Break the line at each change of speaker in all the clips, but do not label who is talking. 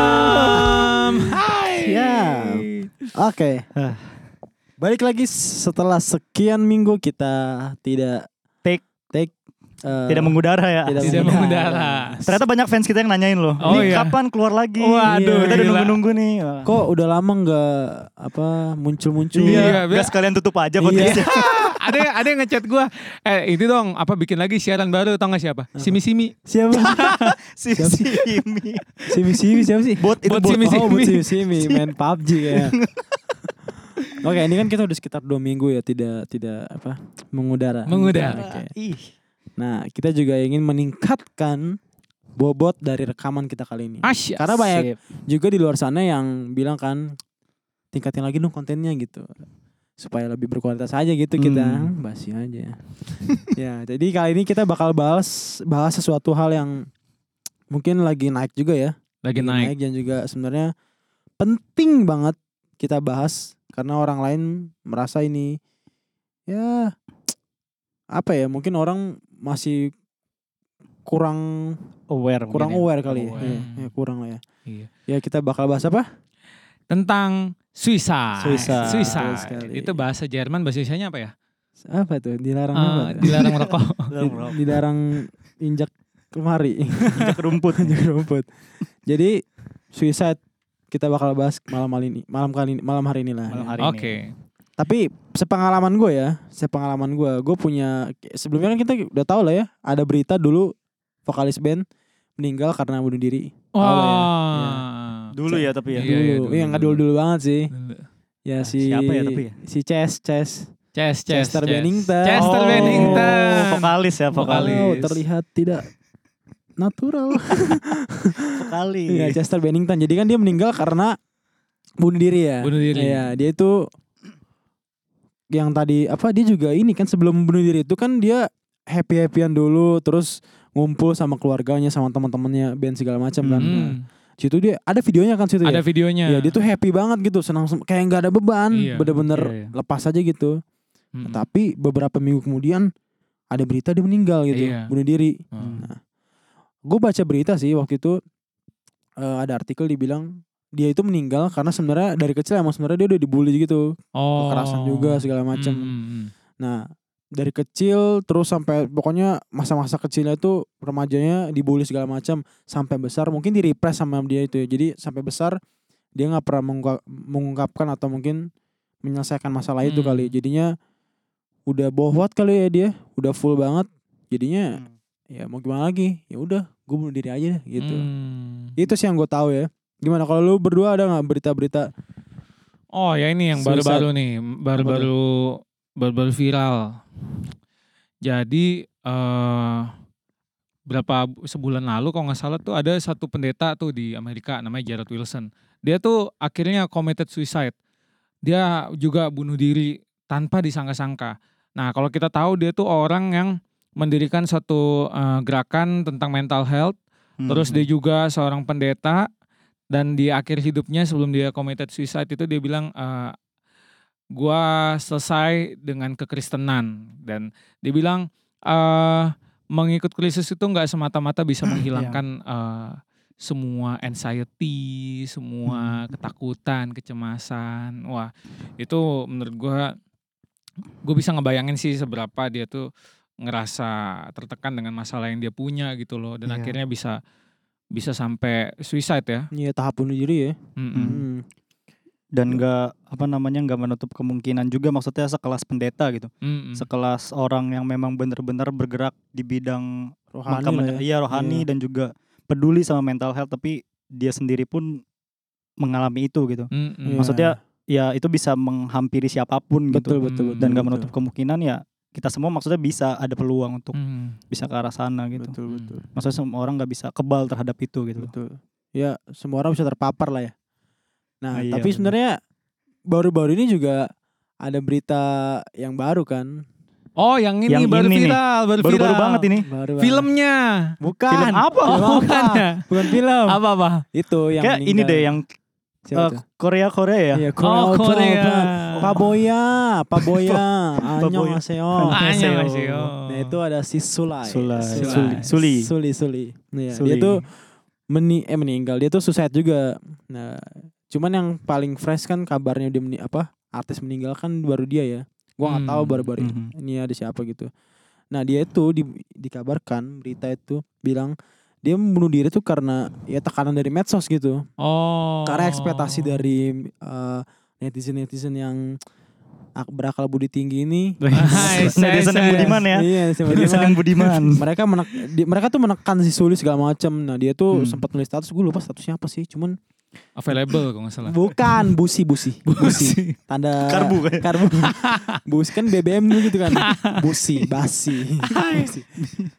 Welcome. Hai.
Ya. Oke.
Ah.
Balik lagi setelah sekian minggu kita tidak
Take.
take eh,
Tidak mengudara ya.
Tidak
Tidak mengudara.
Ternyata banyak fans kita yang nanyain loh.
Oh,
ini
iya.
kapan keluar lagi?
Waduh,
kita udah
gila.
nunggu-nunggu nih.
kok udah lama nggak apa muncul-muncul. ya?
Iya,
Gas kalian tutup aja podcastnya.
ada yang- ada yang ngechat gua. Eh, itu dong apa bikin lagi siaran baru tau gak siapa? Simi-simi.
Siapa?
si Simi.
Simi Simi siapa sih?
Bot itu
Bot
bot.
Simi.
Oh, buat Simi Simi main PUBG ya. Oke, ini kan kita udah sekitar dua minggu ya tidak tidak apa mengudara.
Mengudara.
Oke.
Ih,
Nah, kita juga ingin meningkatkan bobot dari rekaman kita kali ini.
Ya,
Asya.
Karena banyak juga di luar sana yang bilang kan tingkatin lagi dong kontennya gitu supaya lebih berkualitas aja gitu kita
Hmm.
basi aja ya jadi kali ini kita bakal bahas bahas sesuatu hal yang mungkin lagi naik juga ya
Lagi
Lagi
naik.
dan juga sebenarnya penting banget kita bahas karena orang lain merasa ini ya apa ya mungkin orang masih kurang
aware mungkin
kurang
ya.
aware kali ya.
Aware.
Iya, ya kurang lah ya
Iya.
ya kita bakal bahas apa
Tentang Suicide.
Suicide.
Suicide.
Betul sekali.
Itu bahasa Jerman, bahasa Indonesia apa ya?
apa tuh dilarang
Eh,
apa tuh?
dilarang merokok.
Di- dilarang injak lemari
Injak rumput.
injak rumput jadi suicide kita bakal bahas malam kali ini malam kali ini malam hari inilah
Malam
ya.
hari ini.
Oke.
tapi sepengalaman gue ya sepengalaman gue gue punya sebelumnya kan kita udah tahu lah ya ada berita dulu vokalis band meninggal karena bunuh diri
Wah.
Dulu ya tapi ya.
Iya, iya,
dulu
dulu,
iya nggak dulu dulu banget sih
Ah,
ya si
siapa ya tapi ya?
si Chess Chess
Chess, Chess,
Chester
Chess.
Bennington.
Chester
Oh,
Bennington.
Vokalis ya, vokalis.
Wow,
Vokalis.
terlihat tidak natural
Vokalis.
Iya Chester Bennington. Jadi kan dia meninggal karena bunuh diri ya.
Bunuh diri.
Iya, dia itu yang tadi apa dia juga ini kan sebelum bunuh diri itu kan dia happy happyan dulu terus ngumpul sama keluarganya sama teman-temannya band segala macam kan.
Hmm.
Nah, situ dia ada videonya kan situ ya.
Ada videonya.
Iya, dia tuh happy banget gitu, senang sem- kayak nggak ada beban,
Iya,
bener-bener
iya, iya.
lepas aja gitu.
Hmm.
Tapi beberapa minggu kemudian ada berita dia meninggal gitu,
Iya.
bunuh diri
Hmm.
gue baca berita sih waktu itu eh, ada artikel dibilang dia itu meninggal karena sebenarnya dari kecil emang sebenarnya dia udah dibully gitu
Oh.
kekerasan juga segala macam
Hmm, hmm, hmm.
nah dari kecil terus sampai pokoknya masa-masa kecilnya itu remajanya dibully segala macam sampai besar mungkin di repress sama dia itu ya jadi sampai besar dia nggak pernah mengungka- mengungkapkan atau mungkin menyelesaikan masalah itu
Hmm.
kali jadinya udah bohwat kali ya dia udah full banget jadinya
Hmm.
ya mau gimana lagi ya udah gue bunuh diri aja deh gitu
Hmm.
itu sih yang gue tahu ya gimana kalau lu berdua ada nggak berita-berita
Oh ya ini yang
Suicide.
baru-baru nih, baru-baru baru-baru viral. Jadi eh berapa bu- sebulan lalu kalau nggak salah tuh ada satu pendeta tuh di Amerika namanya Jared Wilson. Dia tuh akhirnya committed suicide. Dia juga bunuh diri tanpa disangka-sangka. Nah kalau kita tahu dia tuh orang yang mendirikan satu eh, gerakan tentang mental health
Hmm.
Terus dia juga seorang pendeta dan di akhir hidupnya sebelum dia committed suicide itu dia bilang eh, gua selesai dengan kekristenan dan dia bilang eh mengikut Kristus itu nggak semata-mata bisa menghilangkan eh, semua anxiety, semua ketakutan, kecemasan. Wah, itu menurut gua gue bisa ngebayangin sih seberapa dia tuh ngerasa tertekan dengan masalah yang dia punya gitu loh dan
Iya.
akhirnya bisa bisa sampai suicide ya.
ya tahap bunuh diri ya
Mm-mm.
Hmm.
dan nggak apa namanya nggak menutup kemungkinan juga maksudnya sekelas pendeta gitu
Hmm.
Mm-mm.
sekelas orang yang memang benar-benar bergerak di bidang
rohani
maka-
lah ya.
iya rohani
Iya.
dan juga peduli sama mental health tapi dia sendiri pun mengalami itu gitu
Mm-mm.
Iya.
maksudnya ya itu bisa menghampiri siapapun gitu
betul betul,
Hmm.
betul
dan nggak
betul.
menutup kemungkinan ya kita semua maksudnya bisa ada peluang untuk
Mm.
bisa ke arah sana gitu
Hmm. betul betul
maksudnya semua orang nggak bisa kebal terhadap itu gitu
betul ya semua orang bisa terpapar lah ya nah
Ah, iya,
tapi
benar.
sebenarnya baru-baru ini juga ada berita yang baru kan
Oh, yang ini
Yang
baru
ini nih.
viral, baru,
baru-baru
viral.
banget ini
baru
Filmnya.
bukan
Film apa?
Film
Oh,
apa?
bukan ya?
bukan film
Apa apa?
itu yang
kayak ini
meninggal.
deh yang
Siapa tuh?
Korea Korea ya.
Iya,
Oh,
Korea.
Korea.
Pak Boya, Pak Boya, Anyong
Boya.
Aseo.
Annyeong
Annyeonghaseyo.
haseyo.
Nah itu ada si Sulai.
Sulai.
Sulai.
Suli.
Suli. Suli. Iya,
Suli.
Dia tuh meni eh meninggal. Dia tuh suicide juga. Nah, cuman yang paling fresh kan kabarnya dia meni- apa? Artis meninggal kan baru dia ya. Gua nggak
Hmm.
tahu baru-baru
Mhm.
ini ada siapa gitu. Nah, dia itu di, dikabarkan berita itu bilang dia bunuh diri tuh karena ya tekanan dari medsos gitu.
Oh.
Karena ekspektasi dari eh, netizen-netizen yang ak- berakal budi tinggi ini.
Hai,
Netizen yang
saya-
Nah, budiman ya.
Iya, sama
Netizen yang budiman.
Kan mereka menek- di- mereka tuh menekan si Suli segala macam. Nah, dia
Hmm.
tuh sempat nulis status, gue lupa statusnya apa sih, cuman
Available kalau nggak salah.
bukan busi busi, busi. Tanda
Karbu kayak.
karbu. busi kan BBM dulu gitu kan. Busi, basi. Busi.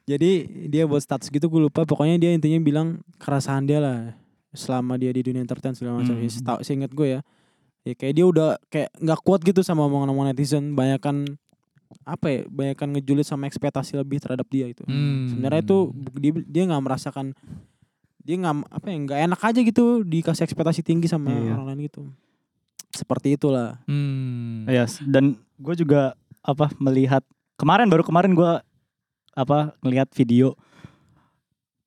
Jadi dia buat status gitu gue lupa, pokoknya dia intinya bilang keresahan dia lah selama dia di dunia entertain segala macam.
Hmm.
Ya, setau- seingat gue ya. Ya kayak dia udah kayak nggak kuat gitu sama omongan-omongan netizen, banyakan apa ya, banyakan ngejulit sama ekspektasi lebih terhadap dia gitu. itu
Hmm.
sebenarnya itu bu- dia dia nggak merasakan dia nggak apa ya nggak enak aja gitu dikasih ekspektasi tinggi sama
Iya.
orang lain gitu seperti itulah
Hmm.
Eh.
Yes. Dan gue juga apa melihat kemarin baru kemarin gue apa ngelihat video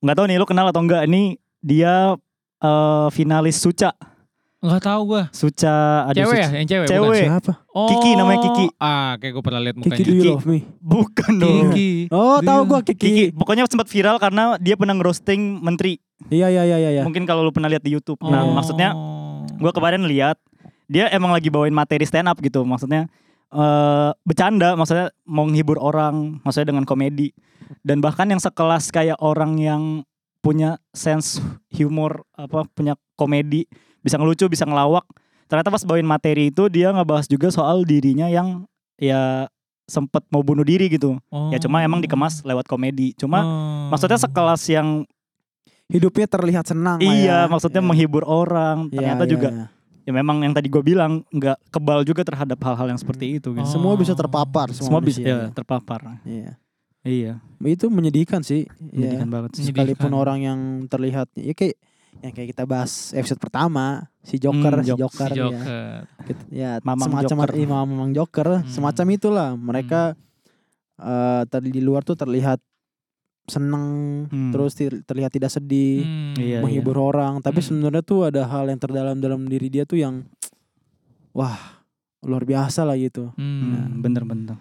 nggak tahu nih lu kenal atau enggak ini dia eh, finalis Suca
Nggak tahu gua.
Suca ada
Cewek ya, yang cewek. bukan?
Cewek.
siapa
Oh.
Kiki namanya Kiki.
Ah, kayak gue pernah lihat mukanya.
Kiki do you
Kiki.
love me
bukan dong
Kiki.
oh
Do
tahu
you-
gua
Kiki
Kiki
pokoknya sempat viral karena dia pernah ngerosting menteri
iya iya iya iya iya.
mungkin kalau lu pernah lihat di YouTube nah
Oh.
maksudnya gue kemarin lihat dia emang lagi bawain materi stand up gitu maksudnya eh bercanda maksudnya mau menghibur orang maksudnya dengan komedi dan bahkan yang sekelas kayak orang yang punya sense humor apa punya komedi bisa ngelucu bisa ngelawak ternyata pas bawain materi itu dia ngebahas juga soal dirinya yang ya sempet mau bunuh diri gitu
Oh.
ya
Hmm.
cuma emang dikemas lewat komedi cuma
Oh.
maksudnya sekelas yang
hidupnya terlihat senang lah
iya
ya.
maksudnya
Iya.
menghibur orang
Iya,
ternyata
iya,
juga
iya.
ya memang yang tadi gue bilang nggak kebal juga terhadap hal-hal yang seperti itu
Oh.
gitu.
semua bisa terpapar
Semua bisa ya,
manusia,
terpapar.
iya.
Iya,
itu menyedihkan sih Iya.
menyedihkan banget. sih.
Menyedihkan.
sekalipun orang yang terlihat ya kayak yang kayak kita bahas episode pertama si Joker,
Hmm,
si
Jok- si
Joker,
Si
ya.
Joker.
Gitu. ya
Mamang
semacam
Joker.
iya, Mamang Mamang Joker
Hmm.
semacam itulah mereka eh, tadi di luar tuh terlihat seneng
Hmm.
terus ti- terlihat tidak sedih
Hmm.
Iya.
menghibur orang tapi
Hmm.
sebenarnya tuh ada hal yang terdalam dalam diri dia tuh yang wah luar biasa lah gitu
Hmm.
Hmm, bener-bener.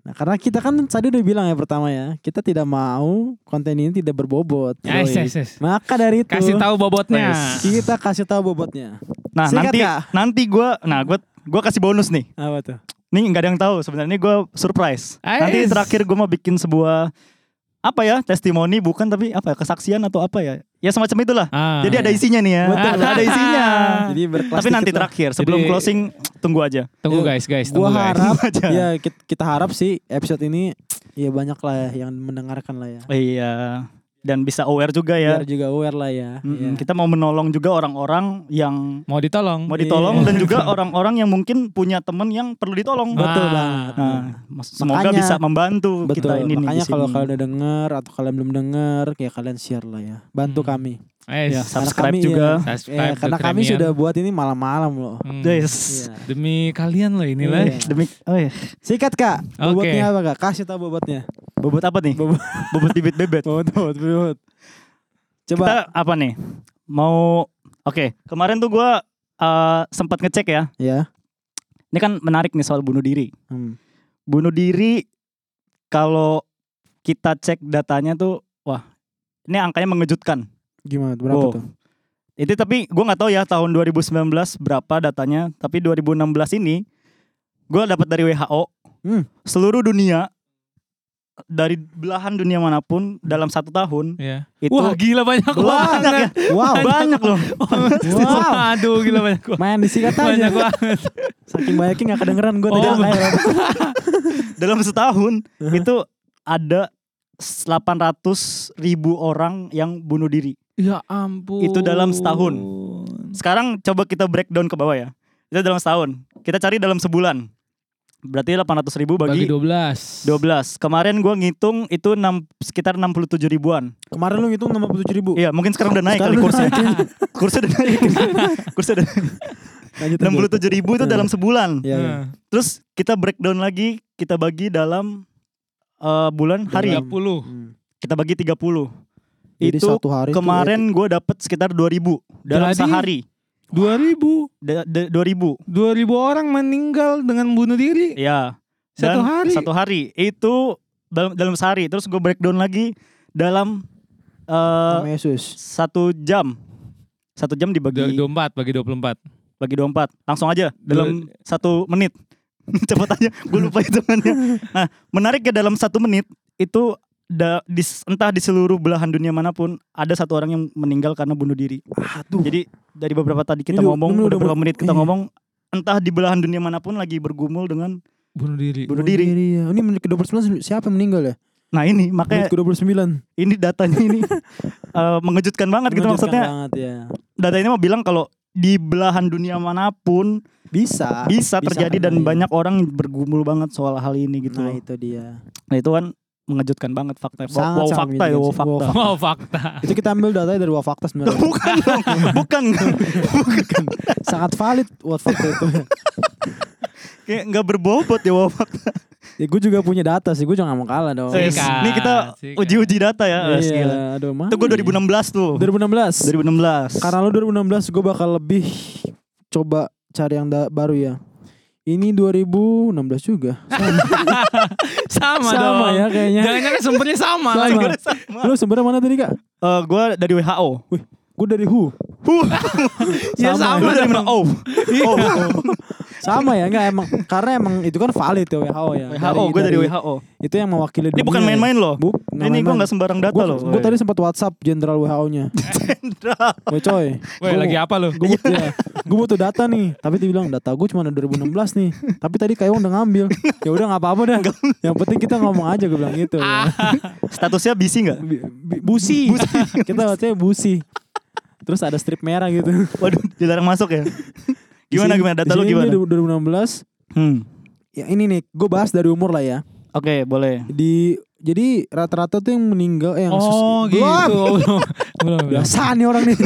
nah karena kita kan tadi udah bilang ya pertama ya kita tidak mau konten ini tidak berbobot
Ya,
Yes,
Yoi.
yes, yes.
maka dari itu
Kasih tahu bobotnya.
kita kasih tahu bobotnya
Nah,
Singkat
nanti
nggak?
nanti gue nah gue gue kasih bonus nih.
apa tuh
Nih nggak ada yang tahu sebenarnya gue surprise.
Ais.
Nanti terakhir gue mau bikin sebuah apa ya testimoni bukan tapi apa ya, kesaksian atau apa ya ya semacam itulah
Ah.
jadi ada isinya nih ya
Betul. Ah.
ada, ada isinya
jadi berkelas
tapi nanti
dikit lah.
terakhir sebelum
Jadi-
closing tunggu aja
Tunggu
Yuk,
guys, guys.
Gua
Tunggu guys.
harap
aja.
ya kit- kita harap sih episode ini ya banyak lah ya yang mendengarkan lah ya.
iya dan bisa aware juga ya
Biar juga aware lah ya.
Mm-mm,
Iya.
Kita mau menolong juga orang-orang yang
Mau ditolong. Ah.
mau
Iya.
ditolong dan juga orang-orang yang mungkin punya temen yang perlu ditolong.
Ah.
Betul banget.
Nah, mas- semoga
Makanya-
bisa membantu kita
Betul.
ini nih
Makanya
di sini.
kalau kalian udah dengar atau kalian belum dengar, ya kalian share lah ya. Bantu
Hmm.
kami.
ya,
Yes.
sub-
subscribe
kami,
juga.
ya. Ya,
Iya,
Subscribe to
karena kami
Kremian.
sudah buat ini malam-malam loh.
Hmm.
Guys.
Iya.
Demi kalian loh inilah.
Iya.
Demi oh iya.
Sikat Kak.
Oke.
Bobotnya apa Kak? Kasih tahu bobotnya.
bobot apa nih?
Bobot.
bobot bibit bebet.
Bobot, bobot, bobot.
Kita
Coba
apa nih? Mau Oke, kemarin tuh gua eh, sempat ngecek ya.
ya.
Ini kan menarik nih soal bunuh diri.
Hmm.
Bunuh diri kalau kita cek datanya tuh wah, ini angkanya mengejutkan.
Gimana
Wow.
berapa tuh?
Itu tapi gue nggak tahu ya tahun 2019 berapa datanya, tapi 2016 ini gue dapat dari WHO
Hmm.
seluruh dunia dari belahan dunia manapun dalam satu tahun
Iya.
itu
Wah gila banyak
banyak
banget.
ya
Wow.
banyak loh
Wow.
Aduh gila banyak banget.
Main disikat
Banyak
aja.
banget.
Saking banyaknya gak kedengeran gue
Oh,
tadi.
bener.
dalam setahun
Hah?
itu ada 800 ribu orang yang bunuh diri
Ya ampun.
Itu dalam setahun. sekarang coba kita breakdown ke bawah ya itu dalam setahun kita cari dalam sebulan Berarti 800 ribu
Bagi
bagi,
12.
12. Kemarin gua ngitung itu 6, sekitar 67 ribuan.
Kemarin lu ngitung 67 ribu.
Iya mungkin sekarang udah naik kali
Sekarang
kursnya.
udah naik.
kursnya udah naik. kursnya udah
Lanjut
67
aja.
ribu itu
Hmm.
dalam sebulan.
Iya, iya.
Nah,
Terus kita breakdown lagi, kita bagi dalam eh, bulan hari.
Dalam-
30.
Hmm.
Kita bagi 30.
Jadi
itu
satu hari itu
kemarin gue dapet sekitar 2000 dalam
Jadi-
sehari.
2000.
Da- da- 2000.
2000 orang meninggal dengan bunuh diri
Ya.
Iya, satu
Dan
hari.
Satu hari. Itu dalam dalam sehari. Terus gue breakdown lagi dalam eh,
sama Yesus.
satu jam. Satu jam
Dua-
dibagi
24 bagi 24.
bagi 24. Langsung aja dalam satu menit. Cepet aja, gue lupa hitungannya. Nah, menarik ke dalam satu menit itu da- di, entah di seluruh belahan dunia manapun ada satu orang yang meninggal karena bunuh diri.
Aduh.
Jadi dari beberapa tadi kita
Ini udah-
ngomong,
ini
udah
udah
beberapa
mau-
menit kita
iya.
ngomong, entah di belahan dunia manapun lagi bergumul dengan.
Bunuh diri.
bunuh diri.
ya. Ini menit ke-29 siapa yang meninggal ya?
Nah ini
Menit
makanya
ke-29.
ini datanya ini eh, mengejutkan banget gitu maksudnya.
Banget, ya.
Data ini mau bilang kalau di belahan dunia manapun
Bisa.
bisa, terjadi
kena,
dan
iya.
banyak orang bergumul banget soal hal ini gitu.
Nah,
loh.
itu dia.
Nah itu kan mengejutkan banget fakta. Wow,
Sangat
wow
sangat
fakta ya, wow
mengejutkan sih. Wow,
fakta.
Wow, Oh, fakta.
Itu kita ambil datanya dari Wafakta sebenarnya.
bukan dong, bukan. bukan.
Sangat valid What fakta itu.
Kayak nggak berbobot ya wow fakta.
ya gue juga punya data sih, gue jangan mau kalah dong.
Sikat,
Yes. Ini kita
sikat.
uji-uji data ya. Yes, gila.
Iya, aduh mah.
Itu gue 2016 tuh.
2016.
2016.
Karena lu 2016 gue bakal lebih coba cari yang da- baru ya. Ini 2016 juga.
sama,
Sama
dong.
ya kayaknya.
Jangan-jangan sumbernya sama.
Sama.
lagi.
Lu sumbernya mana tadi kak?
Eh, gue dari WHO.
Gue dari Who. Iya,
Ya
Sama. Iya.
sama.
Lu dari
dong.
mana? Oh. oh.
Sama ya nggak emang karena emang itu kan valid ya WHO ya.
WHO, gue dari WHO.
Itu yang mewakili
Ini bukan main-main loh.
Bu,
ini gue nggak sembarang data loh.
Gue tadi sempat WhatsApp jenderal WHO-nya.
Jenderal.
Woi coy,
Woi, lagi apa lu? Iya.
gue butuh, ya, gue butuh data nih. Tapi dia bilang data gue cuma 2016 nih. Tapi tadi kayak udah ngambil. Ya udah nggak apa-apa dah. Yang penting kita ngomong aja gue bilang gitu.
Ah.
ya.
Statusnya busy nggak?
Bi- bi- busi. kita bacanya busi. Terus ada strip merah gitu.
Waduh, dilarang masuk ya. Gimana
Di sini-
gimana data
di
lu
sini
gimana?
dia 2016.
Hmm.
Ya ini nih, gue bahas dari umur lah ya.
Oke, boleh.
Di jadi rata-rata tuh yang meninggal eh, yang
Oh,
susi-
gitu.
Belum.
Belum. Belum. belum.
Biasa nih orang nih.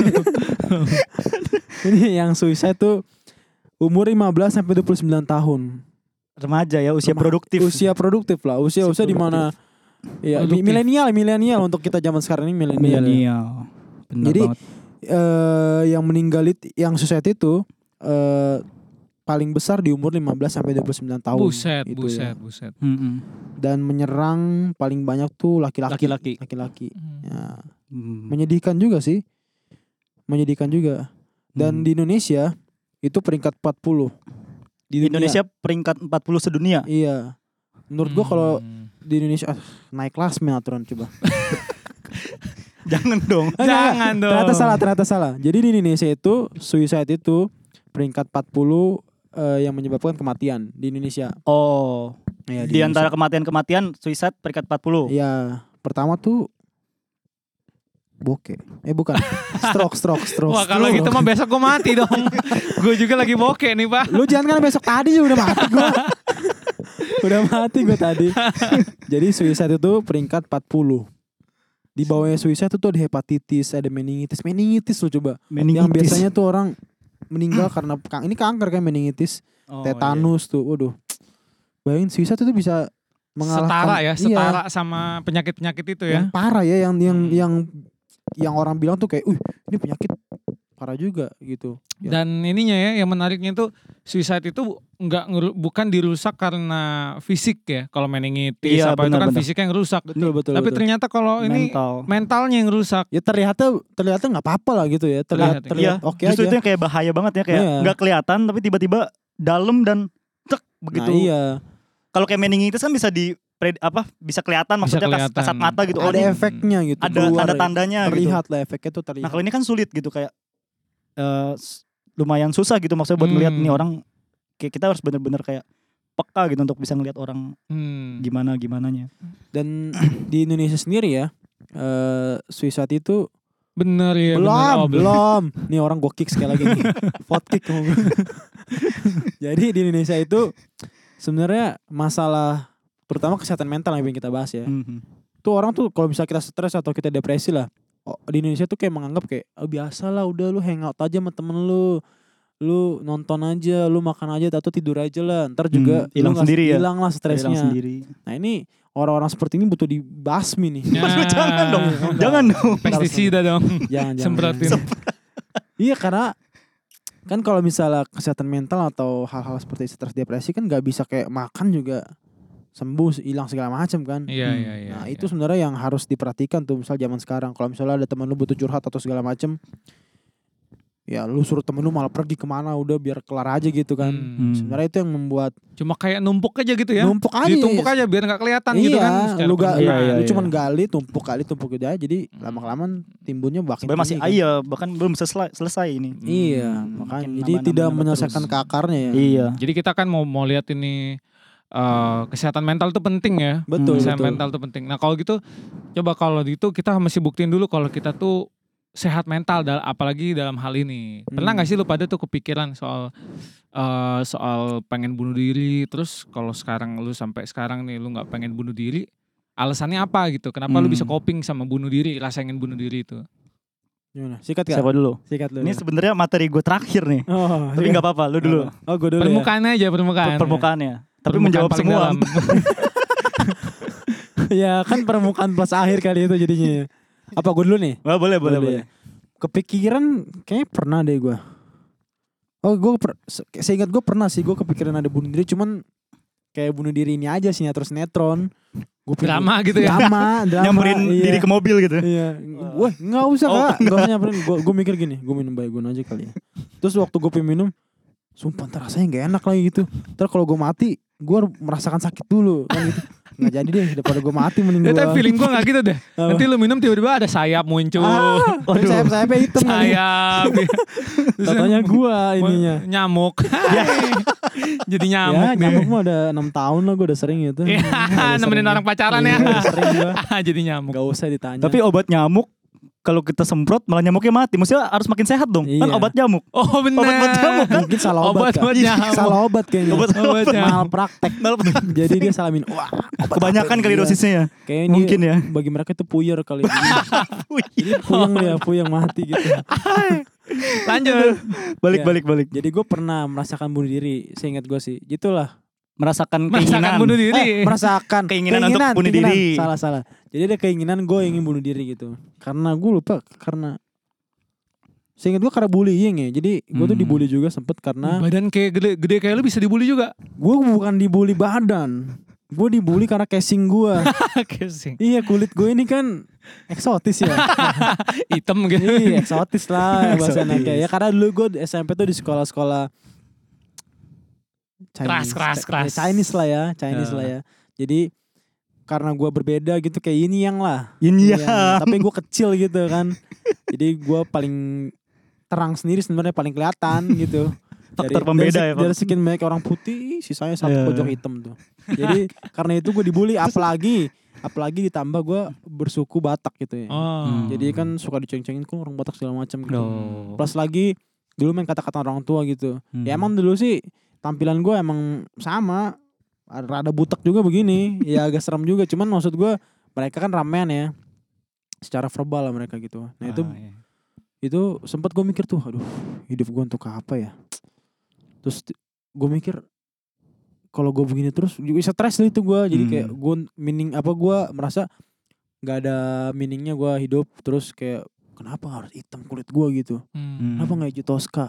ini yang suicide tuh umur 15 sampai 29 tahun.
Remaja ya, usia
Remah-
produktif.
Usia produktif lah,
Usia
usia-usia di mana ya mi-
Produktif.
milenial, milenial untuk kita zaman sekarang ini milenial. ya.
milenial. Benar
Jadi,
banget.
eh yang meninggal it- yang suicide itu eh paling besar di umur 15 sampai 29 tahun.
Buset,
gitu ya.
buset, buset.
Mm-mm.
Dan menyerang paling banyak tuh laki-laki.
Laki-laki.
Laki-laki. Ya.
Hmm.
Menyedihkan juga sih. Menyedihkan juga. Dan
Hmm.
di Indonesia itu peringkat 40. Di
Di
dunia.
Indonesia peringkat 40 sedunia.
Iya. Menurut gua kalau
Hmm.
di Indonesia ah, naik kelas men aturan coba.
Jangan dong.
Eh, enggak, enggak.
Jangan dong.
Ternyata salah, ternyata salah. Jadi di Indonesia itu suicide itu peringkat 40 eh, yang menyebabkan kematian di Indonesia.
Oh,
Ya,
di antara
Indonesia.
kematian-kematian suicide peringkat
Oh.
40.
Iya, pertama tuh boke. Eh bukan. stroke, stroke, stroke.
Wah kalau gitu
stroke.
mah besok gue mati dong. gue juga lagi bokeh nih pak.
Lu jangan kan besok tadi juga udah mati gua. udah mati gua tadi. Jadi suicide itu peringkat 40. Di bawahnya suicide itu ada hepatitis, ada meningitis. Meningitis lu coba. Yang biasanya tuh orang meninggal karena kang- ini kanker kan meningitis,
Oh,
iya. tetanus tuh. Waduh. Bayangin suicide itu bisa mengalahkan
Setara ya,
Iya,
setara sama penyakit-penyakit itu ya.
Yang parah ya yang yang
Hmm.
yang yang orang bilang tuh kayak, "Uh, ini penyakit parah juga" gitu. Ya.
Dan ininya ya yang menariknya itu suicide itu nggak ngeru- bukan dirusak karena fisik ya. Kalau meningitis
Iya,
apa itu
benar,
kan
benar.
fisiknya yang rusak.
Betul betul.
Tapi
betul.
ternyata
iya. Oh,
kalau ini
mental.
mentalnya yang rusak.
ya terlihatnya terlihatnya nggak apa-apa lah gitu ya terlihat
Terlihat,
terlihat
iya,
oke
Justru itu
aja Nah,
yang kayak bahaya banget ya kayak
Iya.
nggak kelihatan tapi tiba-tiba dalam dan cek begitu.
nah iya
Kalau kayak meningitis kan bisa di pre- apa bisa kelihatan
Bisa
maksudnya kas-
kelihatan.
kasat mata gitu. Oh,
ada
ini
ef-
efeknya gitu
ada
keluar ya.
tanda-tandanya gitu.
terlihat lah efeknya tuh terlihat
Nah, kalau ini kan sulit gitu kayak eh, s- lumayan susah gitu maksudnya buat
Hmm.
ngelihat nih orang kayak kita harus bener-bener kayak peka gitu untuk bisa ngelihat orang
Hmm.
gimana gimananya.
dan di Indonesia sendiri ya eh suicide itu
Bener
Iya,
ya.
belum
bener. Oh,
belum nih orang gue kick sekali lagi nih Vote kick kamu. jadi di Indonesia itu sebenarnya masalah terutama kesehatan mental yang ingin kita bahas ya.
Mhm.
Tuh orang tuh kalau misalnya kita stres atau kita depresi lah, oh, di Indonesia tuh kayak menganggap kayak oh, biasa lah udah lu hangout aja sama temen lu lu nonton aja, lu makan aja atau tidur aja lah. Ntar juga
Hmm, hilang
lu nggak-
sendiri ya?
Hilang lah
Hilang
stresnya.
sendiri.
Nah ini orang-orang seperti ini butuh dibasmi nih.
Ya,
Nah.
jangan dong.
Enggak.
Jangan dong.
Pestisida dong.
jangan jangan.
Semprotin.
Iya karena kan kalau misalnya kesehatan mental atau hal-hal seperti stres depresi kan nggak bisa kayak makan juga sembuh hilang segala macam kan.
Iya iya iya.
nah
iya.
itu sebenarnya yang harus diperhatikan tuh misal zaman sekarang kalau misalnya ada teman lu butuh curhat atau segala macam ya lu suruh temen lu malah pergi kemana udah biar kelar aja gitu kan.
Hmm.
Hmm.
Sebenarnya itu yang membuat
Cuma kayak numpuk aja gitu ya.
numpuk aja.
Ditumpuk aja biar nggak kelihatan gitu
iya,
kan. secara
lu, ga,
permukaan.
Iya, iya,
lu
iya.
cuman gali tumpuk kali tumpuk gitu aja
Hmm.
jadi lama-kelamaan timbunnya makin
Sebenarnya masih
tinggi kan.
ayo bahkan belum selesai, selesai ini.
Iya,
Hmm,
makanya
makin nambah,
jadi tidak
nambah, nambah
menyelesaikan
terus.
ke akarnya ya.
Iya.
Jadi kita kan mau mau lihat ini eh, kesehatan mental itu penting ya.
Betul,
Kesehatan
Iya, betul.
mental itu penting. Nah kalau gitu coba kalau gitu kita mesti buktiin dulu kalau kita tuh sehat mental dal apalagi dalam hal ini. Pernah
Hmm.
nggak sih lu pada tuh kepikiran soal eh, soal pengen bunuh diri terus kalau sekarang lu sampai sekarang nih lu nggak pengen bunuh diri alasannya apa gitu? Kenapa
Hmm.
lu bisa coping sama bunuh diri rasa ingin bunuh diri itu?
Gimana? Sikat gak?
Siapa dulu?
Sikat lu.
Ini
ya?
sebenarnya materi gue terakhir nih.
oh,
Tapi nggak apa-apa, lu dulu.
Oh, gue dulu. ya.
Permukaannya aja permukaan.
Per- Permukaannya. Tapi
iya. Permukaan
menjawab
paling
semua.
dalam.
ya kan permukaan plus akhir kali itu jadinya. ya. Apa gue dulu nih?
Wah, boleh, boleh,
Dulu
boleh.
ya. Kepikiran kayaknya pernah deh gue. Oh, gue per- se- seingat gue pernah sih gue kepikiran ada bunuh diri cuman kayak bunuh diri ini aja sinetron-sinetron. Gua pengen-
Drama gitu ya.
Drama, drama.
Nyamperin
iya.
diri ke mobil gitu.
Iya. Wah, nggak usah
Oh,
kak. Nggak usah nyamperin. Gue gue mikir gini, gue minum baygon aja kali ya. Terus waktu gue pengen minum, sumpah ntar rasanya nggak enak lagi gitu. Ntar kalau gue mati, gue merasakan sakit dulu. Kan gitu. Nggak jadi deh, daripada gue mati mending
Ya,
gue.
tapi feeling gue gak gitu deh.
Apa?
Nanti lu minum tiba-tiba ada sayap muncul.
Ah,
Waduh.
sayap sayapnya hitam kan.
sayap. Terus
Katanya gue
mau-
ininya.
Nyamuk. Jadi Ya. nyamuk.
Ya,
deh.
nyamuk mah udah 6 tahun lah gue udah sering gitu.
Ya,
Udah
nemenin
sering.
orang pacaran
Iya,
ya.
udah sering gue.
Jadi nyamuk.
Gak usah ditanya.
Tapi obat nyamuk kalau kita semprot malah nyamuknya mati. Maksudnya harus makin sehat dong. Kan
Iya.
obat nyamuk.
Oh benar.
Obat buat nyamuk kan?
mungkin salah obat.
Obat buat
Kak.
nyamuk. Iya,
Salah Iya. obat kayaknya.
Obat
Obat
Mahal
nyamuk.
praktek. Jadi dia salah minum. Wah, obat
Kebanyakan
apa
kali
ini?
dosisnya ya.
Kayaknya Iya. ini
Mungkin ya.
bagi mereka itu puyer kali. ya. Ini puyeng ya, puyeng mati gitu.
Lanjut.
Balik
Iya.
balik balik.
Jadi gue pernah merasakan bunuh diri, seingat gue sih. Gitulah.
Merasakan
Merasakan
keinginan.
bunuh
Eh,
diri.
merasakan
Keinginan untuk bunuh diri.
Salah salah. Jadi ada keinginan gue ingin bunuh diri gitu. Karena gue lupa karena seingat gue karena bullying ya. Jadi gue tuh
Hmm.
dibully juga sempet karena
Badan kayak gede, gede kayak lu bisa dibully juga.
gue bukan dibully badan. Gue dibully karena casing gue.
Kesing.
iya kulit gue ini kan eksotis ya.
Hitam gitu.
Iya eksotis lah
Eksotis.
bahasa anaknya ya karena dulu gue SMP tuh di sekolah-sekolah
Keras,
Chinese.
keras,
Eh,
keras.
Chinese lah ya Chinese
Ya.
lah ya jadi karena gue berbeda gitu kayak ini yang lah
Ini ya.
Yin yang. Iya, tapi gue kecil gitu kan jadi gue paling terang sendiri sebenarnya paling kelihatan gitu
Faktor
Dari-
pembeda
dari,
ya, Pak.
dari sekian banyak orang putih sisanya satu
Ya.
pojok hitam tuh jadi karena itu gue dibully apalagi apalagi ditambah gue bersuku Batak gitu ya
Oh.
jadi kan suka diceng-cengin kok orang Batak segala macam gitu.
Oh.
No.
Plus lagi dulu main kata-kata orang tua gitu. Ya
Hmm.
emang dulu sih tampilan gue emang sama rada butek juga begini. ya agak serem juga cuman maksud gue mereka kan ramean ya. Secara verbal lah mereka gitu. Nah itu
Ah, iya.
itu sempat gue mikir tuh aduh hidup gue untuk apa ya terus gue mikir kalau gue begini terus juga stres lah itu gue jadi kayak
Hmm.
gue meaning apa gue merasa nggak ada meaningnya gue hidup terus kayak kenapa harus hitam kulit gue gitu
Hmm.
kenapa nggak hijau toska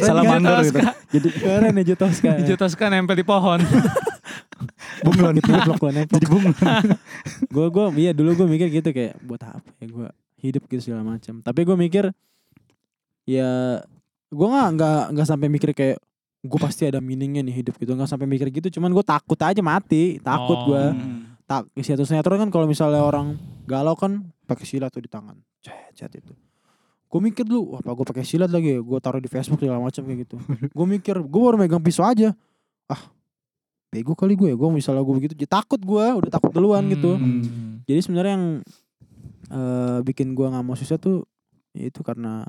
Salamander gitu.
jadi keren ya hijau toska
Hijau Tosca nempel di pohon.
bunglon gitu blok
Jadi bunglon.
gue gue iya dulu gue mikir gitu kayak buat apa ya gue hidup gitu segala macam tapi gue mikir ya gue nggak nggak nggak sampai mikir kayak gue pasti ada meaningnya nih hidup gitu nggak sampai mikir gitu cuman gue takut aja mati takut
Oh.
gue
Hmm.
tak sinetron sinetron kan kalau misalnya orang galau kan pakai silat tuh di tangan cet cet itu gue mikir dulu wah apa gue pakai silat lagi ya gue taruh di Facebook segala macam kayak gitu gue mikir gue baru megang pisau aja ah bego kali gue ya gue misalnya gue begitu jadi takut gue udah takut duluan gitu
Hmm.
jadi sebenarnya yang eh, bikin gua nggak mau susah tuh ya itu karena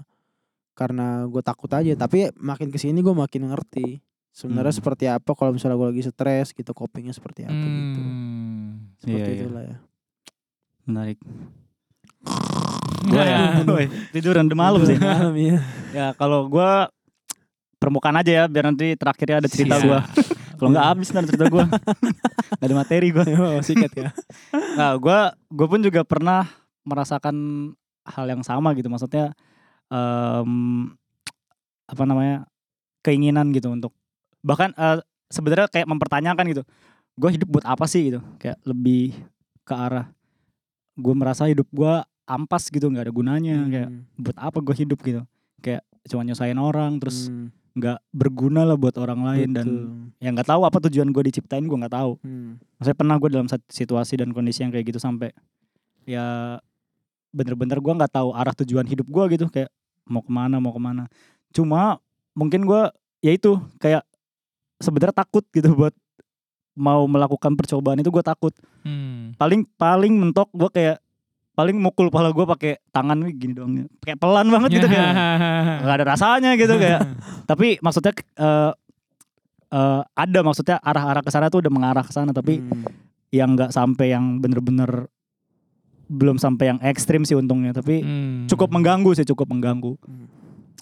karena gue takut aja tapi makin kesini gue makin ngerti sebenarnya
Hmm.
seperti apa kalau misalnya gue lagi stres gitu copingnya seperti apa gitu
Hmm.
seperti
Iya, iya.
itulah ya
Menarik. Gue ya, woy, tiduran udah malam sih.
malam ya
Ya kalau gue permukaan aja ya biar nanti terakhirnya ada cerita
Siap.
gue. Kalau nggak habis nanti cerita gue. gak ada materi gue.
Wow, sikat ya
Nah gue gue pun juga pernah merasakan hal yang sama gitu. Maksudnya em, apa namanya keinginan gitu untuk bahkan eh, sebenarnya kayak mempertanyakan gitu. Gue hidup buat apa sih gitu? Kayak lebih ke arah gue merasa hidup gue ampas gitu nggak ada gunanya kayak
Hmm.
buat apa gue hidup gitu kayak cuma nyusahin orang terus
Hmm,
nggak berguna lah buat orang lain dan
betul.
yang nggak tahu apa tujuan gue diciptain gue nggak tahu
Hmm.
saya pernah gue dalam sat- situasi dan kondisi yang kayak gitu sampai ya bener-bener gue nggak tahu arah tujuan hidup gue gitu kayak mau kemana mau kemana cuma mungkin gue ya itu kayak sebenarnya takut gitu buat mau melakukan percobaan itu gue takut
Hmm.
paling paling mentok gue kayak paling mukul pala gue pakai tangan wih, gini doang ya. kayak pelan banget gitu kayak nggak ada rasanya gitu kayak tapi maksudnya eh, eh, ada maksudnya arah-arah ke sana tuh udah mengarah ke sana tapi
Hmm.
yang nggak sampai yang bener-bener belum sampai yang ekstrim sih untungnya tapi
Hmm.
cukup mengganggu sih cukup mengganggu
Hmm.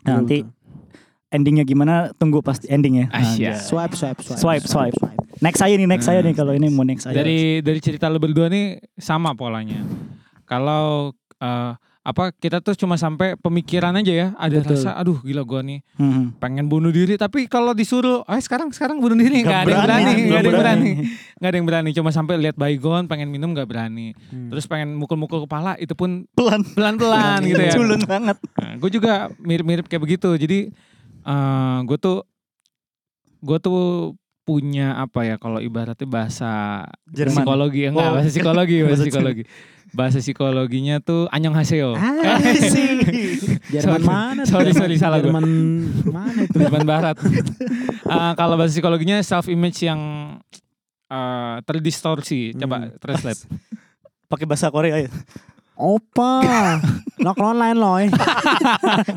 Nah, nanti
Betul,
endingnya gimana tunggu pasti endingnya
Asyik.
betul. swipe swipe swipe
Swipe, swipe. Nah, next saya nih next saya
Hmm.
nih kalau ini mau next saya
Dari dari cerita lo berdua nih sama polanya. Kalau eh, apa kita tuh cuma sampai pemikiran aja ya. Ada
Betul.
rasa aduh gila gua nih
Hmm.
pengen bunuh diri tapi kalau disuruh "Ayo sekarang sekarang bunuh diri nggak ada yang
berani,
berani, nggak
nggak
ada yang berani.
berani.
Nggak ada yang berani cuma sampai lihat baygon pengen minum nggak berani.
Hmm.
Terus pengen mukul-mukul kepala itu pun
pelan
pelan-pelan gitu ya.
culun banget
gue juga mirip-mirip kayak begitu. Jadi gue tuh gue tuh punya apa ya kalau ibaratnya bahasa
Jerman
psikologi ya, enggak
Oh.
bahasa psikologi bahasa
Bahasa
psikologi bahasa psikologinya tuh anyong haseo Kan?
Ah, Jerman
Sorry.
mana? tuh?
Sorry, sorry, salah gua.
Jerman mana itu?
Jerman Barat Eh, kalau bahasa psikologinya self image yang eh, terdistorsi coba translate
pakai bahasa Korea ya
Opa, nak online loh.